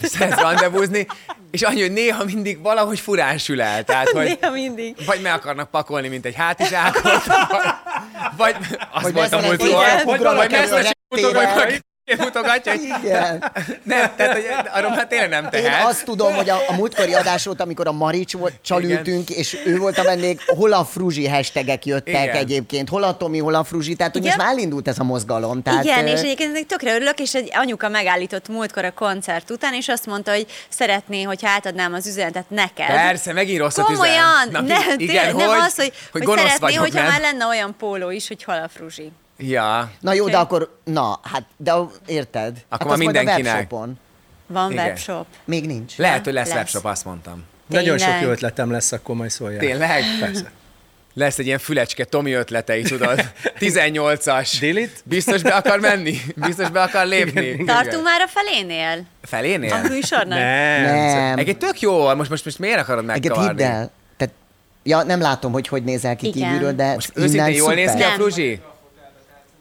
S1: Szeretsz randevúzni, és annyi, hogy néha mindig valahogy furán sül el. Tehát, hogy
S2: néha mindig.
S1: vagy meg akarnak pakolni, mint egy hátizsákot, vagy, vagy azt
S4: Vagy
S1: mondtam,
S4: messze
S1: hogy
S4: lesz- igen,
S1: vagy
S4: ugranak
S1: vagy
S4: elő a
S1: messze
S4: reptére.
S1: mutogatja, mutogatja, hogy
S4: Igen.
S1: nem, tehát hogy arról már tényleg nem
S4: Én
S1: tehet.
S4: azt tudom, hogy a, a múltkori adás volt, amikor a Marics volt, csalültünk, és ő volt a vendég, hol a fruzsi hashtagek jöttek
S1: Igen.
S4: Igen. egyébként, hol a Tomi, hol a fruzsi, tehát hogy
S2: Igen.
S4: most már elindult ez a mozgalom.
S1: Hát,
S4: Tehát,
S2: Igen,
S4: ö,
S2: és egyébként ennek tökre örülök, és egy anyuka megállított múltkor a koncert után, és azt mondta, hogy szeretné, hogy átadnám az üzenetet neked.
S1: Persze, megint rosszat
S2: Komolyan,
S1: üzen.
S2: nem,
S1: mi-
S2: tényleg, nem az, hogy, hogy,
S1: gonosz
S2: szeretné,
S1: vagyok,
S2: hogyha
S1: nem?
S2: már lenne olyan póló is, hogy hal a fruzsi.
S1: Ja.
S4: Na jó, de
S2: Oké.
S4: akkor, na, hát, de érted? hát
S1: már
S4: azt majd a
S1: mindenkinek.
S4: webshopon.
S2: Van
S1: Igen.
S2: webshop.
S4: Még nincs.
S1: Lehet, hogy lesz,
S2: Lesz.
S1: webshop, azt mondtam.
S3: Nagyon sok
S2: Tényleg.
S3: jó ötletem lesz, akkor majd szóljál.
S1: Tényleg? Persze. Lesz egy ilyen fülecske Tomi ötletei, tudod? 18-as.
S3: Dilit?
S1: Biztos be akar menni? Biztos be akar lépni?
S2: Tartunk már a felénél? A
S1: Felénél?
S2: műsornak?
S3: Nem.
S4: Nem.
S1: Egyébként tök jó, most, most, most miért akarod
S4: Egyet hidd
S1: megkavarni?
S4: el. Tehát, ja, nem látom, hogy hogy nézel ki
S2: Igen.
S4: kívülről, de
S1: Most
S4: innen
S1: őszintén jól néz ki a
S2: Nem.
S1: fruzsi?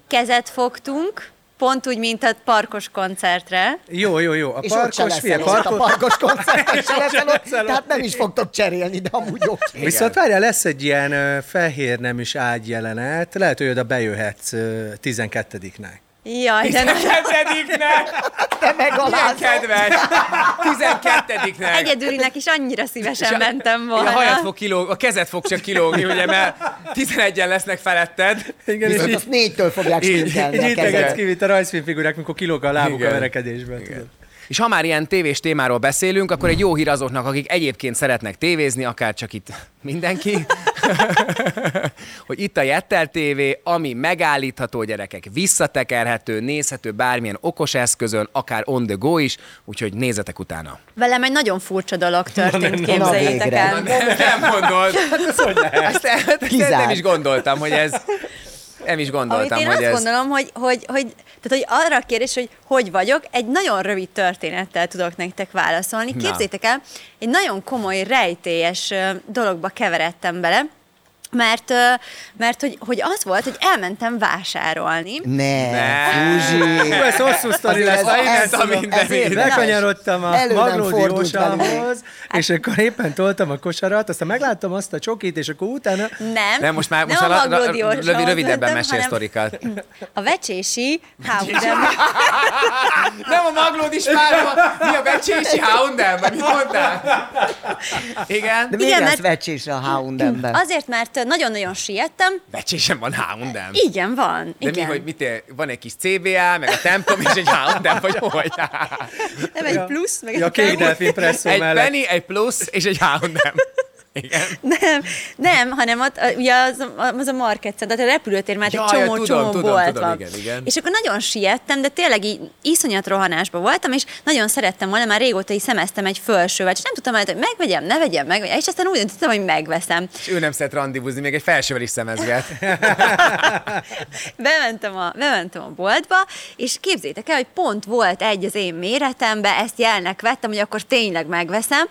S2: Kezet fogtunk, pont úgy, mint a parkos koncertre.
S3: Jó, jó, jó. A
S4: És ott sem
S3: parkos,
S4: leszel
S3: figyelj,
S4: ott, a
S3: parkos...
S4: parkos koncerten se leszel ott,
S3: leszel ott.
S4: tehát nem is fogtok cserélni, de amúgy oké.
S3: Viszont várjál, lesz egy ilyen ö, fehér nem is ágy jelenet. Lehet, hogy oda bejöhetsz ö, 12-nek.
S2: Jaj, de nagyon...
S1: 12-nek!
S4: Te
S1: Milyen
S4: megalázol.
S1: kedves! 12-nek!
S2: Egyedülinek is annyira
S1: És
S2: szívesen mentem volna.
S1: A hajad fog kilóg, a kezed fog csak kilógni, ugye, mert 11-en lesznek feletted.
S3: Igen, és
S4: Viszont
S3: így,
S4: azt négytől fogják
S1: Így-
S4: spinkelni
S3: így
S4: a
S3: integetsz
S4: kezed.
S3: ki, mint a rajzfilmfigurák, mikor kilóg a lábuk
S1: Igen.
S3: a verekedésben. tudod.
S1: És ha már ilyen tévés témáról beszélünk, akkor egy jó hír azoknak, akik egyébként szeretnek tévézni, akár csak itt mindenki, hogy itt a Jettel TV, ami megállítható gyerekek, visszatekerhető, nézhető bármilyen okos eszközön, akár on the go is, úgyhogy nézzetek utána.
S2: Velem egy nagyon furcsa dolog történt,
S4: Na,
S2: képzeljétek
S4: végre.
S2: el.
S1: Nem gondolt. Ezt, ezt, ezt nem
S4: Kizárt.
S1: is gondoltam, hogy ez... Nem is
S2: Amit
S1: gondoltam,
S2: én
S1: hogy
S2: azt
S1: ez...
S2: gondolom, hogy, hogy, hogy, tehát, hogy arra a kérdés, hogy hogy vagyok, egy nagyon rövid történettel tudok nektek válaszolni.
S1: Na.
S2: Képzétek el, egy nagyon komoly, rejtélyes ö, dologba keveredtem bele, mert, ö, mert hogy, hogy az volt, hogy elmentem vásárolni.
S4: Ne,
S1: Ne.
S4: Fuzsi.
S3: Hú, ez hosszú sztori
S4: Azért
S3: lesz.
S4: ez-
S3: Na,
S1: ez-
S3: ez-
S1: a minden
S4: ezért-
S1: minden.
S3: Bekanyarodtam a
S4: Elő nem
S3: Maglódi
S4: fordult velünk.
S3: Jósához, és akkor éppen toltam a kosarat, aztán megláttam azt a csokit, és akkor utána...
S2: Nem,
S1: Nem, most már
S2: nem
S1: most
S2: a
S1: már
S2: Maglódi
S1: rövid-
S2: Orson
S1: rövidebben
S2: mentem,
S1: mesél
S2: hanem
S1: sztorikat.
S2: A vecsési háborúban
S1: Nem a maglód is már, mi a becsési houndem, vagy mit mondtál?
S4: De
S1: Igen.
S4: miért
S2: Igen,
S4: lesz
S2: mert-
S4: vecsésre a Houndemben?
S2: Azért, mert nagyon-nagyon siettem.
S1: Becsésem van houndem.
S2: Igen, van.
S1: De
S2: igen.
S1: mi, hogy mit ér, van egy kis CBA, meg a templom, és egy houndem, vagy hogy?
S2: Nem egy plusz, meg
S3: Ja, a
S2: egy
S3: kék delfin presszó
S1: Egy
S3: mellett.
S1: penny, egy plusz, és egy houndem. Igen.
S2: Nem, nem, hanem ott, ö, ugye az, az a market center, tehát a repülőtér már
S1: Jaj,
S2: egy csomó,
S1: tudom,
S2: csomó
S1: tudom,
S2: bolt
S1: tudom,
S2: van.
S1: igen, igen.
S2: És akkor nagyon siettem, de tényleg így iszonyat rohanásban voltam, és nagyon szerettem volna, már régóta így szemeztem egy felsővel, és nem tudtam már, hogy megvegyem, ne vegyem, megvegyem, és aztán úgy döntöttem, hogy megveszem.
S1: És ő nem szeret randibuzni, még egy felsővel is szemezget.
S2: bementem, a, bementem a boltba, és képzétek el, hogy pont volt egy az én méretemben, ezt jelnek vettem, hogy akkor tényleg megveszem.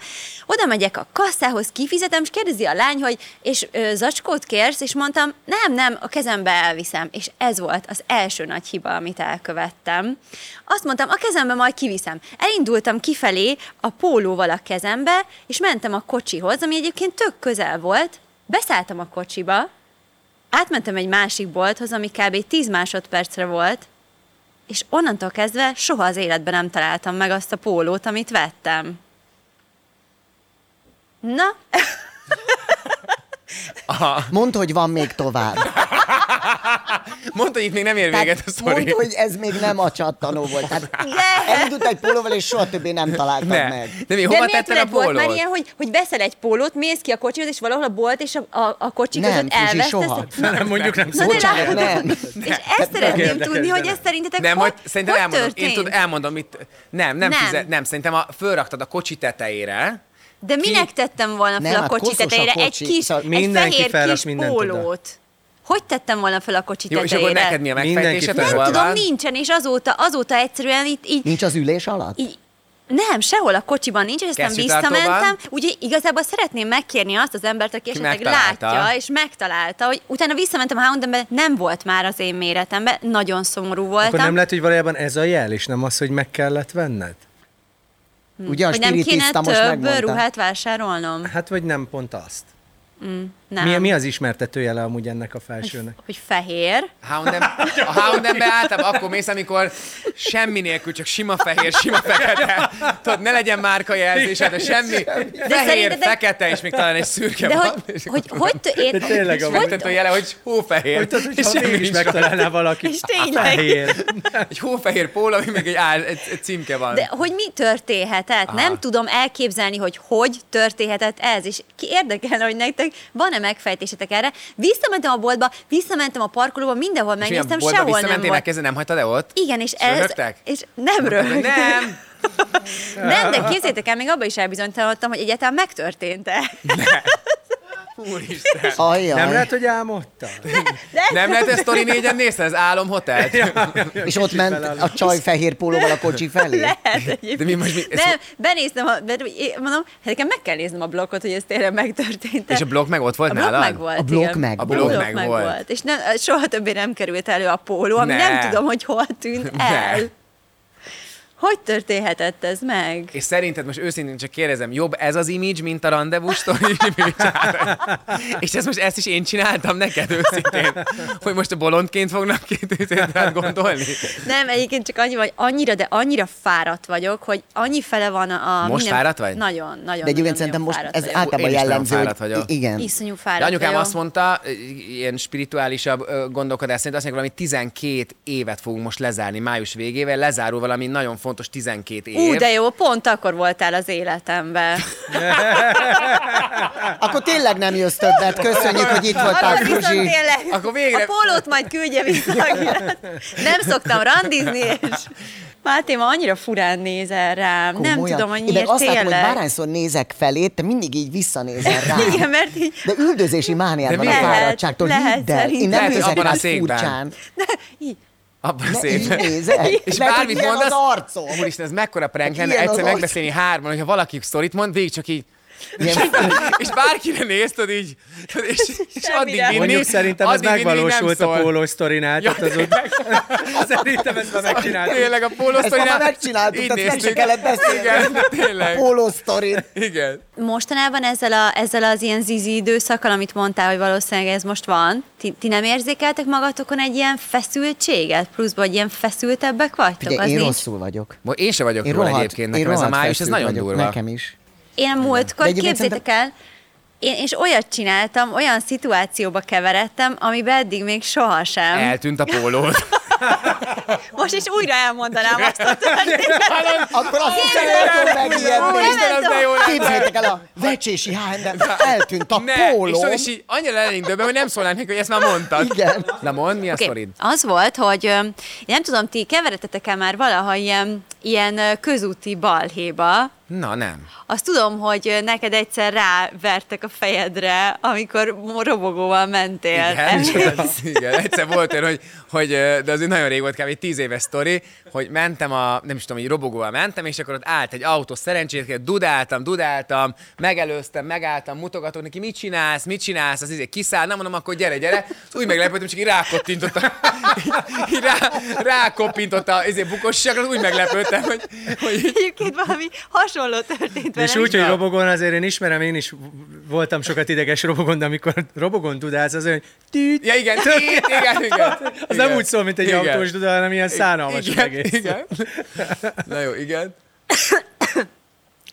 S2: Oda megyek a kasszához, kifizetem, és kérdezi a lány, hogy és ö, zacskót kérsz, és mondtam, nem, nem, a kezembe elviszem. És ez volt az első nagy hiba, amit elkövettem. Azt mondtam, a kezembe majd kiviszem. Elindultam kifelé a pólóval a kezembe, és mentem a kocsihoz, ami egyébként tök közel volt. Beszálltam a kocsiba, Átmentem egy másik bolthoz, ami kb. 10 másodpercre volt, és onnantól kezdve soha az életben nem találtam meg azt a pólót, amit vettem. Na,
S4: Mondd, hogy van még tovább.
S1: Mondta, hogy itt még nem ér véget a sztori.
S4: mondd, hogy ez még nem a csattanó volt. Tehát
S2: de...
S4: elindult egy pólóval, és soha többé nem találtad
S1: Ne.
S4: meg.
S1: De mi,
S2: De
S1: hova
S2: miért
S1: tetted a
S2: veled volt már
S1: pólót?
S2: ilyen, hogy, hogy veszel egy pólót, mész ki a kocsihoz, és valahol a bolt és a, a, a kocsi
S4: Nem,
S2: között
S4: Fruzsi,
S2: elvesztesz?
S4: soha.
S3: Nem, mondjuk nem
S2: Na
S3: szó.
S2: de
S4: Bocsánat,
S2: látod,
S4: nem.
S2: és ezt szeretném
S3: érdekes,
S2: tudni, hogy
S3: nem.
S2: ezt szerintetek
S1: Nem,
S2: hogy,
S1: hogy, szerintem
S2: hogy
S1: elmondom.
S2: történt?
S1: Én tud, elmondom, mit... Nem, nem, nem.
S2: Nem.
S1: Fizet, nem szerintem a, fölraktad a kocsi tetejére,
S2: De minek
S1: Ki-
S2: tettem volna fel
S4: Nem,
S2: a
S4: hát
S2: kocsi
S4: koszos a
S2: tetejére egy
S4: kocsi.
S2: kis,
S4: Szóval
S2: egy
S3: mindenki
S2: fehér
S3: felrak
S2: kis
S3: mindent oda.
S2: pólót? Hogy tettem volna fel a kocsi
S1: jó, és akkor
S2: tetejére?
S1: neked mi a
S3: Mindenki
S1: megfejtésed?
S3: fel.
S2: Nem
S1: hol
S3: Hol
S2: tudom,
S1: van?
S2: nincsen, és azóta, azóta egyszerűen itt így,
S4: Nincs az ülés alatt?
S2: így nem, sehol a kocsiban nincs, és aztán
S1: Kesztyűtartóban?
S2: visszamentem. Úgyhogy igazából szeretném megkérni azt az embert, aki esetleg
S1: megtalálta.
S2: látja, és megtalálta, hogy utána visszamentem a Houndenbe, nem volt már az én méretemben, nagyon szomorú voltam.
S3: Akkor nem lehet, hogy valójában ez a jel, és nem az, hogy meg kellett venned?
S4: Ugye a
S2: hogy nem kéne
S4: spiritista most
S2: több
S4: megmondta.
S2: ruhát vásárolnom.
S3: Hát, vagy nem pont azt.
S2: Nem.
S3: Mi, mi az ismertetőjele amúgy ennek a felsőnek?
S2: Hogy fehér.
S1: Houndem, a Houndembe általában akkor mész, amikor semmi nélkül, csak sima fehér, sima fekete. Tudod, ne legyen márkajelzés, hát a semmi. Fehér,
S2: szerintetek-
S1: fekete, és még talán egy szürke
S2: De
S1: van.
S2: hogy, hogy, hogy, t- én,
S3: De tényleg,
S2: hogy,
S3: amúgy.
S1: Tehát a jele, hogy hófehér.
S3: Hogy tudod,
S1: és
S3: hogyha
S1: semmi
S3: mégis
S1: nincs rajta.
S3: megtalálná valaki.
S2: És tényleg.
S3: Fehér.
S1: Egy hófehér póló, ami még egy, áll, egy, egy címke van.
S2: De hogy mi történhetett? Nem tudom elképzelni, hogy hogy történhetett ez, és ki érdekelne, hogy nektek van van-e megfejtésetek erre? Visszamentem a boltba, visszamentem a parkolóba, mindenhol
S1: És mi a
S2: megnéztem,
S1: boltba
S2: sehol nem
S1: visszamentél,
S2: volt.
S1: megkezded, nem hagytad el ott?
S2: Igen, és
S1: És
S2: ez...
S1: röhögtek?
S2: És nem
S1: Mondtad, hogy
S2: röhögtek.
S1: Nem!
S2: Nem, de képzétek el, még abban is elbizonytalanodtam, hogy egyáltalán megtörtént-e.
S1: Úristen!
S4: Ajjaj.
S3: Nem lehet, hogy álmodta?
S1: Nem lehet ezt Tori négyen nézted, az álom hotelt?
S4: És ott ment a csaj fehér pólóval a kocsi felé?
S2: Lehet egyébként.
S1: De mi most mi-
S2: Nem,
S1: ezt-
S2: benéztem, a, be- én mondom, hát nekem meg kell néznem a blokkot, hogy ez tényleg megtörtént.
S1: És a blokk meg ott volt
S2: a blokk
S1: nálad?
S2: meg volt,
S4: A blokk
S2: igen.
S4: meg
S1: A blokk
S4: volt.
S1: meg volt.
S2: És nem, soha többé nem került elő a póló, ami
S1: Ne.
S2: nem tudom, hogy hol tűnt
S1: Ne.
S2: el. Hogy történhetett ez meg?
S1: És szerinted most őszintén csak kérdezem, jobb ez az image, mint a rendezvús Tori? És ez most ezt is én csináltam neked őszintén, hogy most a bolondként fognak két rád gondolni?
S2: Nem, egyébként csak annyi, vagy annyira, de annyira fáradt vagyok, hogy annyi fele van a...
S1: Most
S2: minden-
S1: fáradt vagy?
S2: Nagyon, nagyon,
S4: De
S2: nagyon,
S4: egyébként
S2: nagyon
S4: szerintem most
S2: fáradt
S4: ez
S2: vagyok.
S4: általában
S1: Én is nagyon
S4: jellemző,
S1: fáradt
S4: hogy
S1: vagyok.
S4: igen.
S2: Iszonyú
S1: De
S2: fáradt
S1: anyukám
S2: vagyok.
S1: azt mondta, ö, ilyen spirituálisabb ö, gondolkodás szerint azt mondja, hogy valami 12 évet fogunk most lezárni május végével, lezárul valami nagyon fontos 12 év.
S2: Ú, de jó, pont akkor voltál az életemben.
S4: Akkor tényleg nem jössz többet. Köszönjük, hogy itt voltál,
S2: Arra viszont
S4: Fruzsi.
S2: tényleg,
S1: Akkor végre-
S2: a pólót majd küldje vissza. akinek. Nem szoktam randizni, és Máté ma annyira furán nézel rám. Nem
S4: Komolyan.
S2: tudom, hogy
S4: Én meg
S2: miért
S4: azt látom, hogy
S2: tényleg.
S4: bárányszor nézek felé, te mindig így visszanézel rá.
S2: Igen, mert így
S4: De üldözési mániád
S1: De
S4: van a
S1: miért?
S4: fáradtságtól,
S2: Lehet,
S4: hidd el. Én
S2: szerintem.
S4: nem
S1: Lehet, hogy
S4: nézek
S1: abban a
S4: rád
S1: székben.
S4: furcsán.
S2: így.
S1: Abban
S4: Ne, így
S1: szépen.
S4: nézek.
S1: És
S4: Lehet, hogy
S1: bármit
S4: ilyen
S1: mondasz,
S4: az arcom.
S1: Úristen, ez mekkora prank lenne,
S4: Ilyen az
S1: egyszer
S4: arcom.
S1: megbeszélni hárman, hogyha valaki sztorit mond, végig csak így,
S4: Ilyen
S1: és bárkire néz, tudod így, tudod, és, és
S2: Semmire.
S1: addig vinni,
S3: Mondjuk szerintem ez
S1: addig vinni, így nem
S3: megvalósult a
S1: szól.
S3: póló sztorinál.
S1: Ja,
S3: tehát az úgy- Szerintem ezt már megcsináltuk.
S1: Szóval Tényleg a póló
S4: Ezt
S1: sztorinál
S4: már megcsináltuk,
S1: így
S4: tehát meg se
S1: néztük.
S4: kellett beszélni.
S1: Igen, tényleg.
S4: pólósztorit.
S1: Igen.
S2: Mostanában ezzel, a, ezzel az ilyen zizi időszakkal, amit mondtál, hogy valószínűleg ez most van, ti, ti nem érzékeltek magatokon egy ilyen feszültséget? Pluszban, hogy ilyen feszültebbek vagytok?
S4: Ugye én
S2: nincs?
S4: rosszul vagyok.
S1: Mo- Én se vagyok
S4: Én
S1: róla
S4: rohadt,
S1: egyébként,
S4: én
S1: nekem ez a
S4: rohadt
S1: május, ez
S4: feszült
S1: nagyon
S4: vagyok,
S1: durva.
S4: Nekem is.
S2: Én a múltkor,
S4: De egyébként
S2: képzétek el, én, és olyat csináltam, olyan szituációba keveredtem, amiben eddig még sohasem.
S1: Eltűnt a pólód.
S2: Most is újra elmondanám azt a történetet.
S4: Akkor azt hiszem,
S2: Képzeld
S4: hogy
S2: el!
S4: tudom megijedni.
S1: Úristen, az de jó lenne.
S4: Képzeljétek el, a vecsési H&M eltűnt a
S1: Ne, és
S4: póló.
S1: tudod, és így annyira lennénk döbben, hogy nem szólnánk neki, hogy ezt már mondtad.
S4: Igen.
S1: Na mondd, mi a
S2: Oké,
S1: sztorid?
S2: Az volt, hogy ö, én nem tudom, ti keveredtetek-e már valaha ilyen, ilyen ö, közúti balhéba,
S1: Na nem.
S2: Azt tudom, hogy ö, neked egyszer rávertek a fejedre, amikor mo- robogóval mentél.
S1: Igen, és
S2: Emlékszel?
S1: az- igen, egyszer volt olyan, hogy, hogy, ö, de azért nagyon rég volt, kb. egy tíz éves sztori, hogy mentem a, nem is tudom, hogy robogóval mentem, és akkor ott állt egy autó szerencsétlen, dudáltam, dudáltam, megelőztem, megálltam, mutogatok neki, mit csinálsz, mit csinálsz, az izé kiszáll, nem mondom, akkor gyere, gyere. Szóval úgy meglepődtem, csak így rákottintott a, így- így rá, rákoppintott a izé bukosságra, úgy meglepődtem, hogy, hogy így
S2: Egyébként valami hasonló történt velem.
S3: És úgy, hogy
S1: van.
S3: robogon azért én ismerem, én is voltam sokat ideges robogon, de amikor robogon dudálsz, az olyan, tűt,
S1: Ja, igen, tét, igen, igen.
S3: az
S1: igen.
S3: nem úgy szól, mint egy
S1: Igen.
S3: autós dudál, hanem ilyen szánalmas
S1: igen,
S3: egész.
S1: igen. Na jó, igen.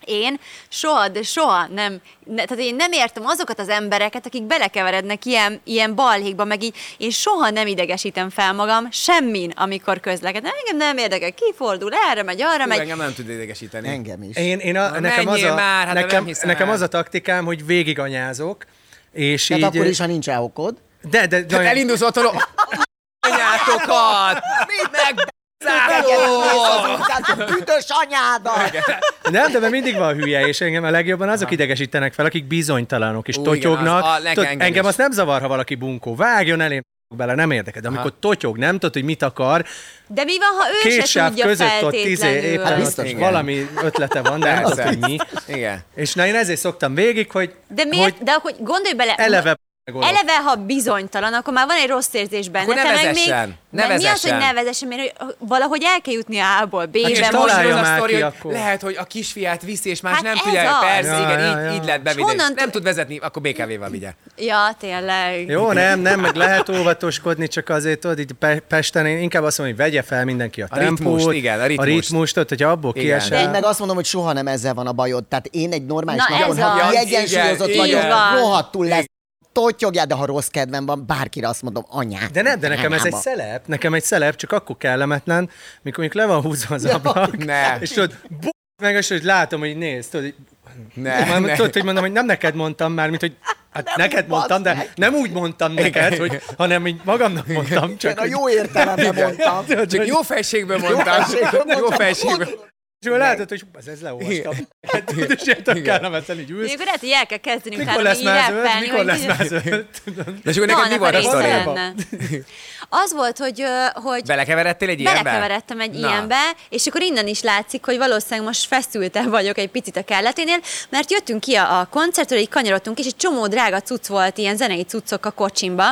S2: Én soha, de soha nem, ne, tehát én nem értem azokat az embereket, akik belekeverednek ilyen, ilyen balhékba, meg így, én soha nem idegesítem fel magam semmin, amikor közlekedem. Hát Engem nem érdekel, kifordul, erre megy, arra
S1: Hú,
S2: megy.
S1: engem nem tud idegesíteni.
S4: Engem is.
S3: Én, én a,
S1: Na,
S3: nekem, az
S1: menjél
S3: a,
S1: már, hát nem
S3: nekem,
S1: hiszem
S3: nekem
S1: el.
S3: az a taktikám, hogy végiganyázok, és
S4: Tehát
S3: így...
S4: Hát akkor is, ha nincs elokod.
S3: De, de,
S1: Hát
S3: nagyon-
S1: elindulsz otthon, ó, anyátokat! Mit meg
S4: az utcát, a büdös anyádat!
S3: Nem, de mert mindig van hülye, és engem a legjobban azok idegesítenek fel, akik bizonytalanok és
S1: Ú, igen,
S3: totyognak.
S1: az- a- nekem-
S3: Tudod,
S1: engem
S3: engem
S1: is.
S3: azt nem zavar, ha valaki bunkó. Vágjon elém bele, nem érdekel. De amikor totyog, nem tudod, hogy mit akar,
S2: De mi van, ha ő
S3: két
S2: se
S3: sáv
S2: tudja
S3: között ott izé,
S2: feltétlenül?
S3: éppen ott
S4: biztos,
S3: ott
S1: Hát igen.
S3: valami ötlete van, de nem tudod,
S1: Persze.
S3: hogy mi.
S1: Igen.
S3: És na, én ezért szoktam végig, hogy,
S2: De miért?
S3: hogy
S2: De akkor gondolj bele,
S3: eleve megoldom.
S2: Eleve, ha bizonytalan, akkor már van egy rossz érzés benne.
S1: Akkor ne
S2: te meg még,
S1: vezessen,
S2: de
S1: ne
S2: mi az, hogy
S1: vezessen.
S2: ne vezessen, mert hogy valahogy el kell jutni A-ból
S3: Hát
S2: B-be.
S3: csak
S1: most
S3: találja
S1: jön a
S3: már
S1: sztori,
S3: ki
S1: hogy
S3: akkor.
S1: lehet, hogy a kisfiát viszi, és más
S2: Hát
S1: nem
S2: ez
S1: tudja.
S2: az.
S1: Persze,
S3: Ja,
S1: igen,
S3: ja,
S1: így,
S3: ja.
S1: így lett
S2: És
S1: bevidél.
S2: honnan
S1: Nem
S2: tud-
S1: tud vezetni, akkor BKV-val vigye.
S2: Ja, tényleg.
S3: Jó, nem, nem, meg lehet óvatoskodni, csak azért, tudod, itt Pe- Pesten én inkább azt mondom, hogy vegye fel mindenki a,
S1: A ritmust,
S3: tempót,
S1: igen, a ritmust.
S3: a ritmust tudod, hogy abból
S1: Igen.
S3: kiesel.
S4: Én meg azt mondom, hogy soha nem ezzel van a bajod. Tehát én egy normális
S2: Na
S4: napon,
S2: ez az.
S4: ha
S1: Igen,
S4: kiegyensúlyozott
S1: igen,
S4: vagyok,
S2: így van.
S4: rohadtul lesz. Totyogjál, de ha rossz kedvem van, bárkire azt mondom, anyád.
S3: De nem, de nekem ez egy
S4: anyába.
S3: szelep, nekem egy szelep, csak akkor kellemetlen, mikor mondjuk le van húzva az ablak,
S1: ne.
S3: és tudod, bu- meg és hogy látom, hogy nézd, tudod, így-
S1: Ne,
S3: már
S1: ne.
S3: tudod, hogy mondom, hogy nem neked mondtam már, mint hogy Hát
S4: Nem
S3: nem neked
S4: úgy,
S3: mondtam,
S4: bazd
S3: de
S4: meg.
S3: nem úgy mondtam neked, hogy, hanem így magamnak mondtam,
S4: Én
S3: csak
S4: a
S3: hogy-
S4: jó értelemben mondtam.
S1: Csak jó fejségből mondtam. Jó fejségből.
S3: És akkor látod, hogy hú, ez, ez leolvastam. Hát, tudod, és ilyen tök kellemetlen így ülsz.
S2: Ilyenkor lehet, hogy el kell kezdeni
S3: Mikor
S2: utána
S3: lesz
S2: így
S3: már zöld?
S2: rappelni,
S3: Mikor
S2: hogy
S3: lesz
S2: így-
S3: már zöld? Tudod.
S1: De és akkor neked mi
S2: annak
S1: volt
S2: a
S1: a
S2: része
S1: sztori?
S3: sztoriban?
S2: lenne. Az volt, hogy, ö, hogy
S1: Belekeveredtél egy ilyenbe?
S2: belekeveredtem egy
S1: Na.
S2: ilyenbe, és akkor innen is látszik, hogy valószínűleg most feszültem vagyok egy picit a kelleténél, mert jöttünk ki a, a koncertről, így kanyarodtunk, és egy csomó drága cucc volt, ilyen zenei cuccok a kocsimba,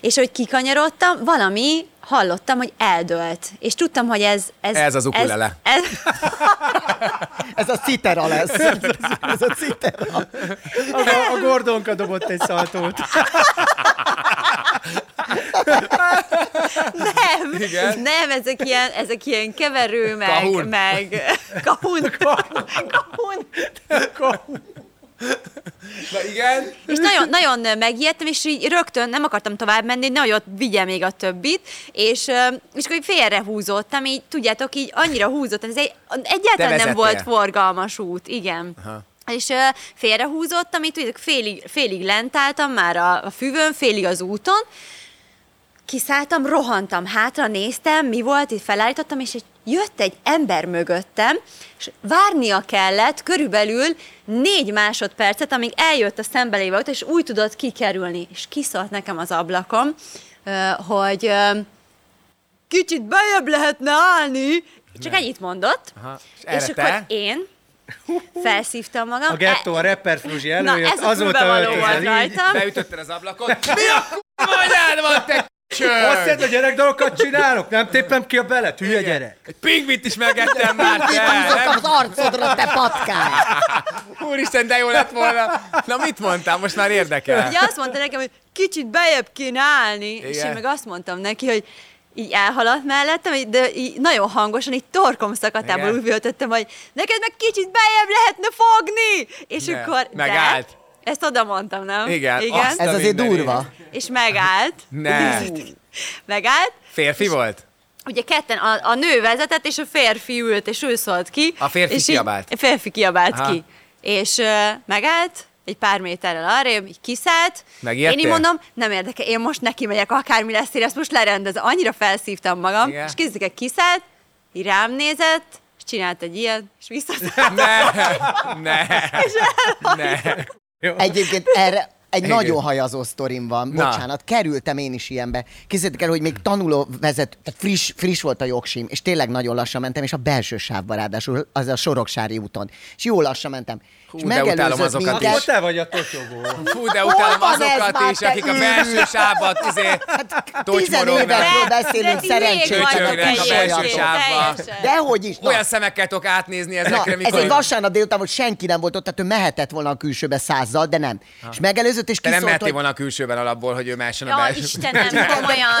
S2: és hogy kikanyarodtam, valami hallottam, hogy eldölt. És tudtam, hogy ez... Ez,
S1: Ez az ukulele.
S2: Ez, ez,
S4: Ez a citera lesz. Ez a citera.
S3: A, a Gordonka dobott egy szaltót.
S2: nem,
S1: Igen.
S2: nem, ezek ilyen, ezek ilyen keverő, meg...
S1: Kahun.
S2: meg kahun. kahun.
S1: Na igen.
S2: És nagyon, nagyon megijedtem, és így rögtön nem akartam tovább menni, nehogy ott vigye még a többit, és, ö, és akkor így félrehúzódtam, így tudjátok, így annyira húzottam, ez egy,
S1: Te
S2: egyáltalán
S1: vezettél.
S2: nem volt forgalmas út, igen. Aha. És ö, félrehúzódtam, így tudjátok, félig, félig lent álltam már a, a füvön, félig az úton, kiszálltam, rohantam hátra, néztem, mi volt, itt felállítottam, és egy, jött egy ember mögöttem, és várnia kellett körülbelül négy másodpercet, amíg eljött a szembelévő autó, és úgy tudott kikerülni. És kiszólt nekem az ablakom, ö, hogy ö, kicsit bejebb lehetne állni, csak ennyit mondott,
S1: Aha. És erre
S2: és
S1: te?
S2: akkor én felszívtam magam. E,
S3: A gettó, a rapper Fruzsi
S2: Na,
S3: előjött,
S2: ez a
S3: azóta
S2: fülbevaló volt
S3: öltözel így.
S2: rajtam.
S1: Beütötted az ablakot. Mi a kurva anyád van, te
S3: Azt
S1: csőr?
S3: hiszed, hogy gyerek dolgokat csinálok? Nem tépem ki a belet, hülye gyerek.
S1: Egy pingvint is megettem már, te!
S4: Kitúzok az arcodra, te patkány.
S1: Úristen, de jó lett volna. Na mit mondtam? Most már érdekel.
S2: Ugye azt mondta nekem, hogy kicsit bejebb kéne állni, és
S1: Igen.
S2: én meg azt mondtam neki, hogy így elhaladt mellettem, így- de így nagyon hangosan, így torkom szakatából
S1: Igen.
S2: úgy üvöltöttem, hogy neked meg kicsit bejebb lehetne fogni! És
S1: Ne,
S2: akkor... de-
S1: megállt.
S2: Ezt oda mondtam, nem?
S1: Igen,
S2: Igen.
S1: azt-
S4: Ez azért
S1: mindenit.
S4: durva.
S2: És megállt.
S1: Ne.
S2: Megállt.
S1: Férfi volt?
S2: Ugye ketten, a, a nő vezetett, és a férfi ült, és ő szólt ki.
S1: A férfi
S2: és így-
S1: kiabált.
S2: A férfi kiabált
S1: Aha.
S2: ki. És uh, megállt, egy pár méterrel arrébb, így kiszállt.
S1: Megijedtél?
S2: Én így mondom, nem érdekel, én most neki megyek, akármi lesz, én ezt most lerendezem. Annyira felszívtam magam,
S1: Igen.
S2: Igen. és kézzük, kiszállt, így rám nézett, és csinált egy ilyet, és visszaszállt.
S1: Ne! Ne! Ne!
S4: Egyébként erre egy
S1: Igen.
S4: nagyon hajazó sztorim van,
S1: Na.
S4: bocsánat, kerültem én is ilyenbe. Készítettek el, hogy még tanuló vezet, tehát friss, friss volt a jogsim, és tényleg nagyon lassan mentem, és a belső sávba ráadásul, az a Soroksári úton. És jó lassan mentem. Hú, és
S1: de utálom
S4: megelőzött
S1: azokat
S4: minket.
S3: Akkor te vagy a totyogó.
S1: Fú, de
S4: Hol
S1: utálom
S4: van ez
S1: azokat
S4: már,
S1: is,
S4: te Hát
S1: akik a
S4: őrült?
S1: belső sávban izé, tocsmorognak.
S4: Tizenévekről
S2: De- de
S4: beszélünk,
S2: ti még
S4: szerencsések
S1: vagytok
S4: is
S1: teljesen,
S4: olyanok.
S1: teljesen.
S4: Dehogy is. na.
S1: Olyan szemekkel tudok átnézni
S4: Na,
S1: ezekre,
S4: ez
S1: mikor...
S4: egy vasárnap délután, hogy senki nem volt ott, tehát ő mehetett volna a külsőbe százzal, de nem. És megelőzött, és
S1: Te nem
S4: kiszólt,
S1: mehettél
S4: hogy
S1: volna a külsőben alapból, hogy ő máson a
S2: Ja,
S1: belső.
S2: Istenem, komolyan.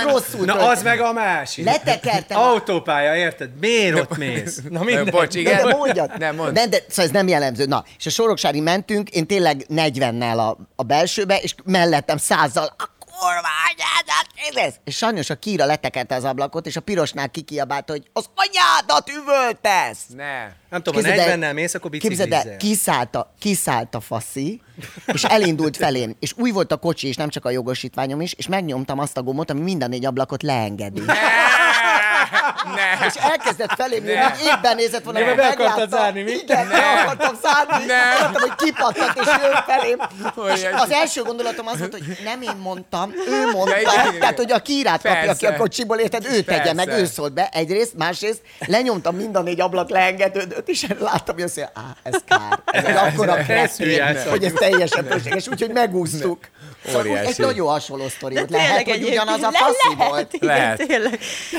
S4: rosszul
S3: Na
S4: töltött.
S3: az meg a másik.
S4: Letekertem a-
S3: Autópálya, érted? Miért ott mész? Na minden.
S1: Bocs, igen.
S4: De, de mondjad.
S1: Nem, mondd.
S4: De, de, szóval ez nem jellemző. Na, és a Soroksári mentünk, én tényleg 40-nel a, a belsőbe, és mellettem százal, a kurva anyádat, ez ez. És sajnos a kíra letekerte az ablakot, és a pirosnál kikiabált, hogy az anyádat üvöltesz.
S1: Ne.
S3: Nem tudom, ha
S4: Képzeld el-
S3: 40-nel mész, akkor
S4: Képzeld
S3: biciklizzel.
S4: el, kiszállt a, kiszállt a faszi, és elindult felém. És új volt a kocsi, és nem csak a jogosítványom is, és megnyomtam azt a gombot, ami minden négy ablakot leengedi.
S1: Ne.
S4: És elkezdett felém jönni,
S1: Ne.
S4: hogy évben nézett volna,
S3: Ja,
S4: hogy
S3: be akartad
S4: megláttam.
S3: zárni, mi?
S4: Igen, be akartam zárni,
S1: Ne.
S4: akartam, hogy kipattant, és jön felém. És
S1: Óriási.
S4: az első gondolatom az volt, hogy nem én mondtam, ő
S1: Ja,
S4: mondta.
S1: igen, igen.
S4: Tehát, hogy a kírát kapja ki
S1: Persze.
S4: a kocsiból, érted, ő tegye meg,
S1: Persze.
S4: ő szólt be egyrészt, másrészt lenyomtam mind a négy ablak leengedődőt, és erre láttam, hogy azt mondja, á, ez kár. Ez egy akkora
S3: ez
S4: kretén,
S3: hülyeség.
S4: hogy ez teljesen tökéletes, úgyhogy megúsztuk. Szóval
S1: Óriási.
S4: egy nagyon hasonló sztori volt.
S2: Tényleg
S4: Lehet, hogy
S2: egyébként
S4: ugyanaz a
S2: le-
S4: faszi
S2: lehet,
S4: volt.
S2: igen,
S1: Lehet.
S2: tényleg. De-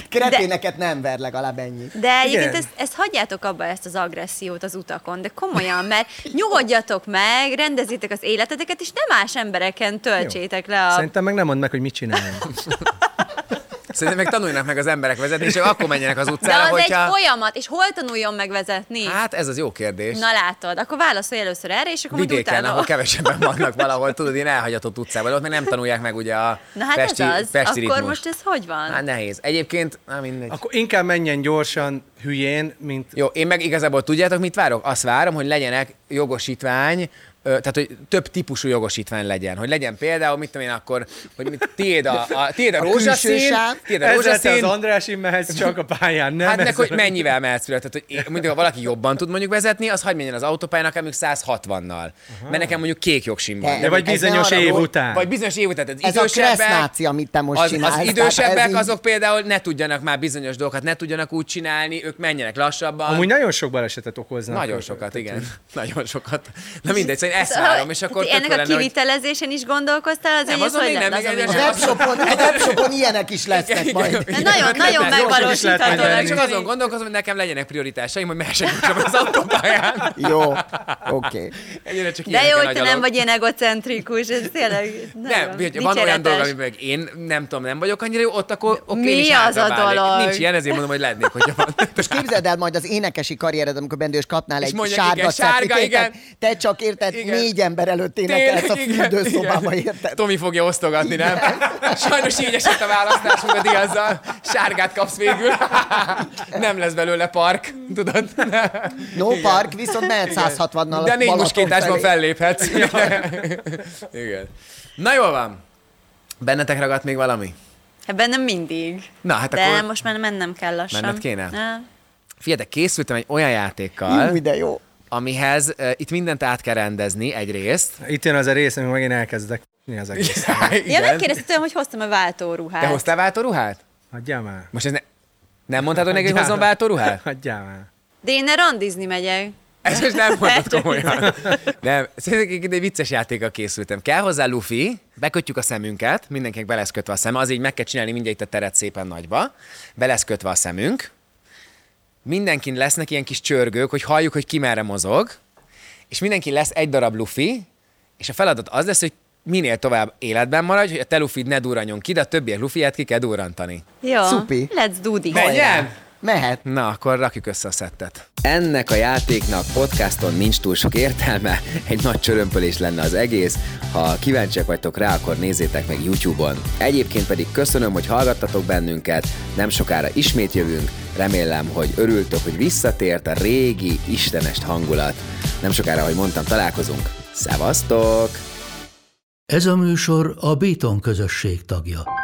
S4: Kreténeket nem ver legalább ennyi.
S2: De egyébként
S3: Igen.
S2: ezt, ezt hagyjátok abba ezt az agressziót az utakon, de komolyan, mert nyugodjatok meg, rendezzétek az életeteket, és nem más embereken töltsétek le a...
S3: Szerintem meg nem mondd meg, hogy mit csinálunk.
S1: Szerintem meg tanulnak meg az emberek vezetni, és akkor menjenek az
S2: De
S1: utcára,
S2: az egy
S1: hogyha...
S2: folyamat, és hol tanuljon megvezetni?
S1: Hát ez az jó kérdés.
S2: Na látod, akkor válaszolj először erre, és akkor majd
S1: Vidéken,
S2: utána.
S1: ahol kevesebben vannak valahol, tudod, én elhagyatott utcában, ott még nem tanulják meg ugye a
S2: Na hát
S1: pesti,
S2: ez az,
S1: pesti
S2: akkor
S1: ritmus.
S2: most ez hogy van?
S1: Hát nehéz. Egyébként, na mindegy.
S3: Akkor inkább menjen gyorsan, hülyén, mint
S1: Jó, én meg igazából tudjátok, mit várok? Azt várom, hogy legyenek jogosítvány, ö, tehát hogy több típusú jogosítvány legyen. Hogy legyen például, mit tudom én akkor, hogy mit, tiéd a, a, tiéd a
S4: A külső
S1: rózsaszín,
S4: sáv.
S1: tiéd a
S3: Ezzel te az
S1: rózsaszín,
S3: Andrásin mehetsz csak a pályán, nem?
S1: Hát meg,
S3: Ezzel-
S1: hogy mennyivel mehetsz fölött. Tehát, hogy én- mondjuk, ha valaki jobban tud mondjuk vezetni, az hagyj menjen az autópályán, akár mondjuk 160-nal. Mert nekem mondjuk kék jogsim van.
S3: De vagy
S4: Ez ne
S3: bizonyos
S4: arra
S3: év
S4: volt,
S3: után.
S1: Vagy bizonyos év után, tehát az
S4: Ez a
S1: idősebbek,
S4: kresznáci, amit te most
S1: az,
S4: csinálsz,
S1: Az
S4: tehát
S1: idősebbek
S4: ez így-
S1: azok például ne tudjanak már bizonyos dolgokat, ne tudjanak úgy csinálni, ők menjenek lassabban.
S3: Amúgy nagyon sok balesetet okoznak.
S1: nagyon sokat, igen. Nagyon sokat. Na mindegy, szóval én ezt
S2: Szóval
S1: várom, és akkor tök jó
S2: Ennek a
S1: lenne, hogy...
S2: kivitelezésén is gondolkoztál, az
S1: Nem,
S2: egész,
S1: azon
S2: hogy
S1: még nem,
S2: lett az,
S1: még
S2: ami
S1: egy-
S4: A
S2: volt?
S4: webshopon, a webshopon ilyenek is lesznek
S1: Igen, igen,
S4: majd.
S1: igen.
S2: De Nagyon, nagyon
S3: Gyorsan is lehet
S1: Én
S3: megjelenni.
S2: megvalósítható.
S1: csak azon gondolkozom, hogy nekem legyenek prioritásaim, hogy mehessek gyorsabban az autópályán.
S4: Jó, oké.
S1: Egyre csak
S2: De jó,
S1: ilyeneken
S2: hogy te nem
S1: agyalok.
S2: vagy ilyen egocentrikus, ez tényleg
S1: Nem,
S2: nagyon
S1: hogy van
S2: dicséretes.
S1: olyan dolog, amiben meg én nem tudom, nem vagyok annyira jó, ott akkor oké, én
S2: mi
S1: is
S2: az a
S1: hátrabálnék.
S2: dolog?
S1: Nincs ilyen, ezért mondom, hogy lennék, hogy van.
S4: És képzeld el majd az énekesi karriered, amikor Bendős kapnál
S1: És
S4: egy
S1: mondja,
S4: sárga
S1: igen, sárga,
S4: certifikátet.
S1: igen.
S4: Te csak érted,
S1: Igen.
S4: négy ember előtt énekelsz a fürdőszobába,
S1: igen.
S4: érted?
S1: Tomi fogja osztogatni, nem? Sajnos így esett a választásunk a diazzal. Sárgát kapsz végül. Nem lesz belőle park, tudod?
S4: No park, viszont mehet 160-nal
S1: De
S4: a
S1: négy
S4: Balaton
S1: muskétásban
S4: felé.
S1: felléphetsz. Igen. Na jól van. Bennetek ragadt még valami?
S2: Hát bennem mindig.
S1: Na, hát
S2: De
S1: akkor-
S2: most már mennem kell lassan.
S1: Menned kéne?
S2: Na.
S1: Figyeljetek, készültem egy olyan játékkal,
S4: Új, de jó.
S1: amihez uh, itt mindent át kell rendezni egyrészt.
S3: Itt jön az a rész, amikor megint elkezdek mi az egész.
S2: Ja, megkérdeztem tőlem, hogy hoztam a váltóruhát.
S1: Te hoztál váltóruhát?
S3: Hagyjál már.
S1: Most ez ne... Nem mondhatod neki, hogy
S3: Hagyjál
S1: hozzon
S3: már.
S1: váltóruhát?
S3: Hagyjál már.
S2: De én ne randizni megyek.
S1: Ez most nem mondod komolyan. Nem, szerintem itt egy vicces játékkal készültem. Kell hozzá lufi, bekötjük a szemünket, mindenkinek be lesz kötve a szeme, az így meg kell csinálni mindjárt itt a teret szépen nagyba. Be lesz kötve a szemünk. Mindenkin lesznek ilyen kis csörgők, hogy halljuk, hogy ki merre mozog, és mindenki lesz egy darab lufi, és a feladat az lesz, hogy minél tovább életben maradj, hogy a te lufid ne durranjon ki, de a többiek lufiát ki kell durrantani.
S2: Jó,
S4: Szupi.
S2: let's do this.
S1: Menjen!
S4: Mehet.
S1: Na, akkor rakjuk össze a szettet. Ennek a játéknak podcaston nincs túl sok értelme, egy nagy csörömpölés lenne az egész. Ha kíváncsiak vagytok rá, akkor nézzétek meg YouTube-on. Egyébként pedig köszönöm, hogy hallgattatok bennünket, nem sokára ismét jövünk, remélem, hogy örültök, hogy visszatért a régi istenest hangulat. Nem sokára, ahogy mondtam, találkozunk. Szevasztok!
S5: Ez a műsor a Béton közösség tagja.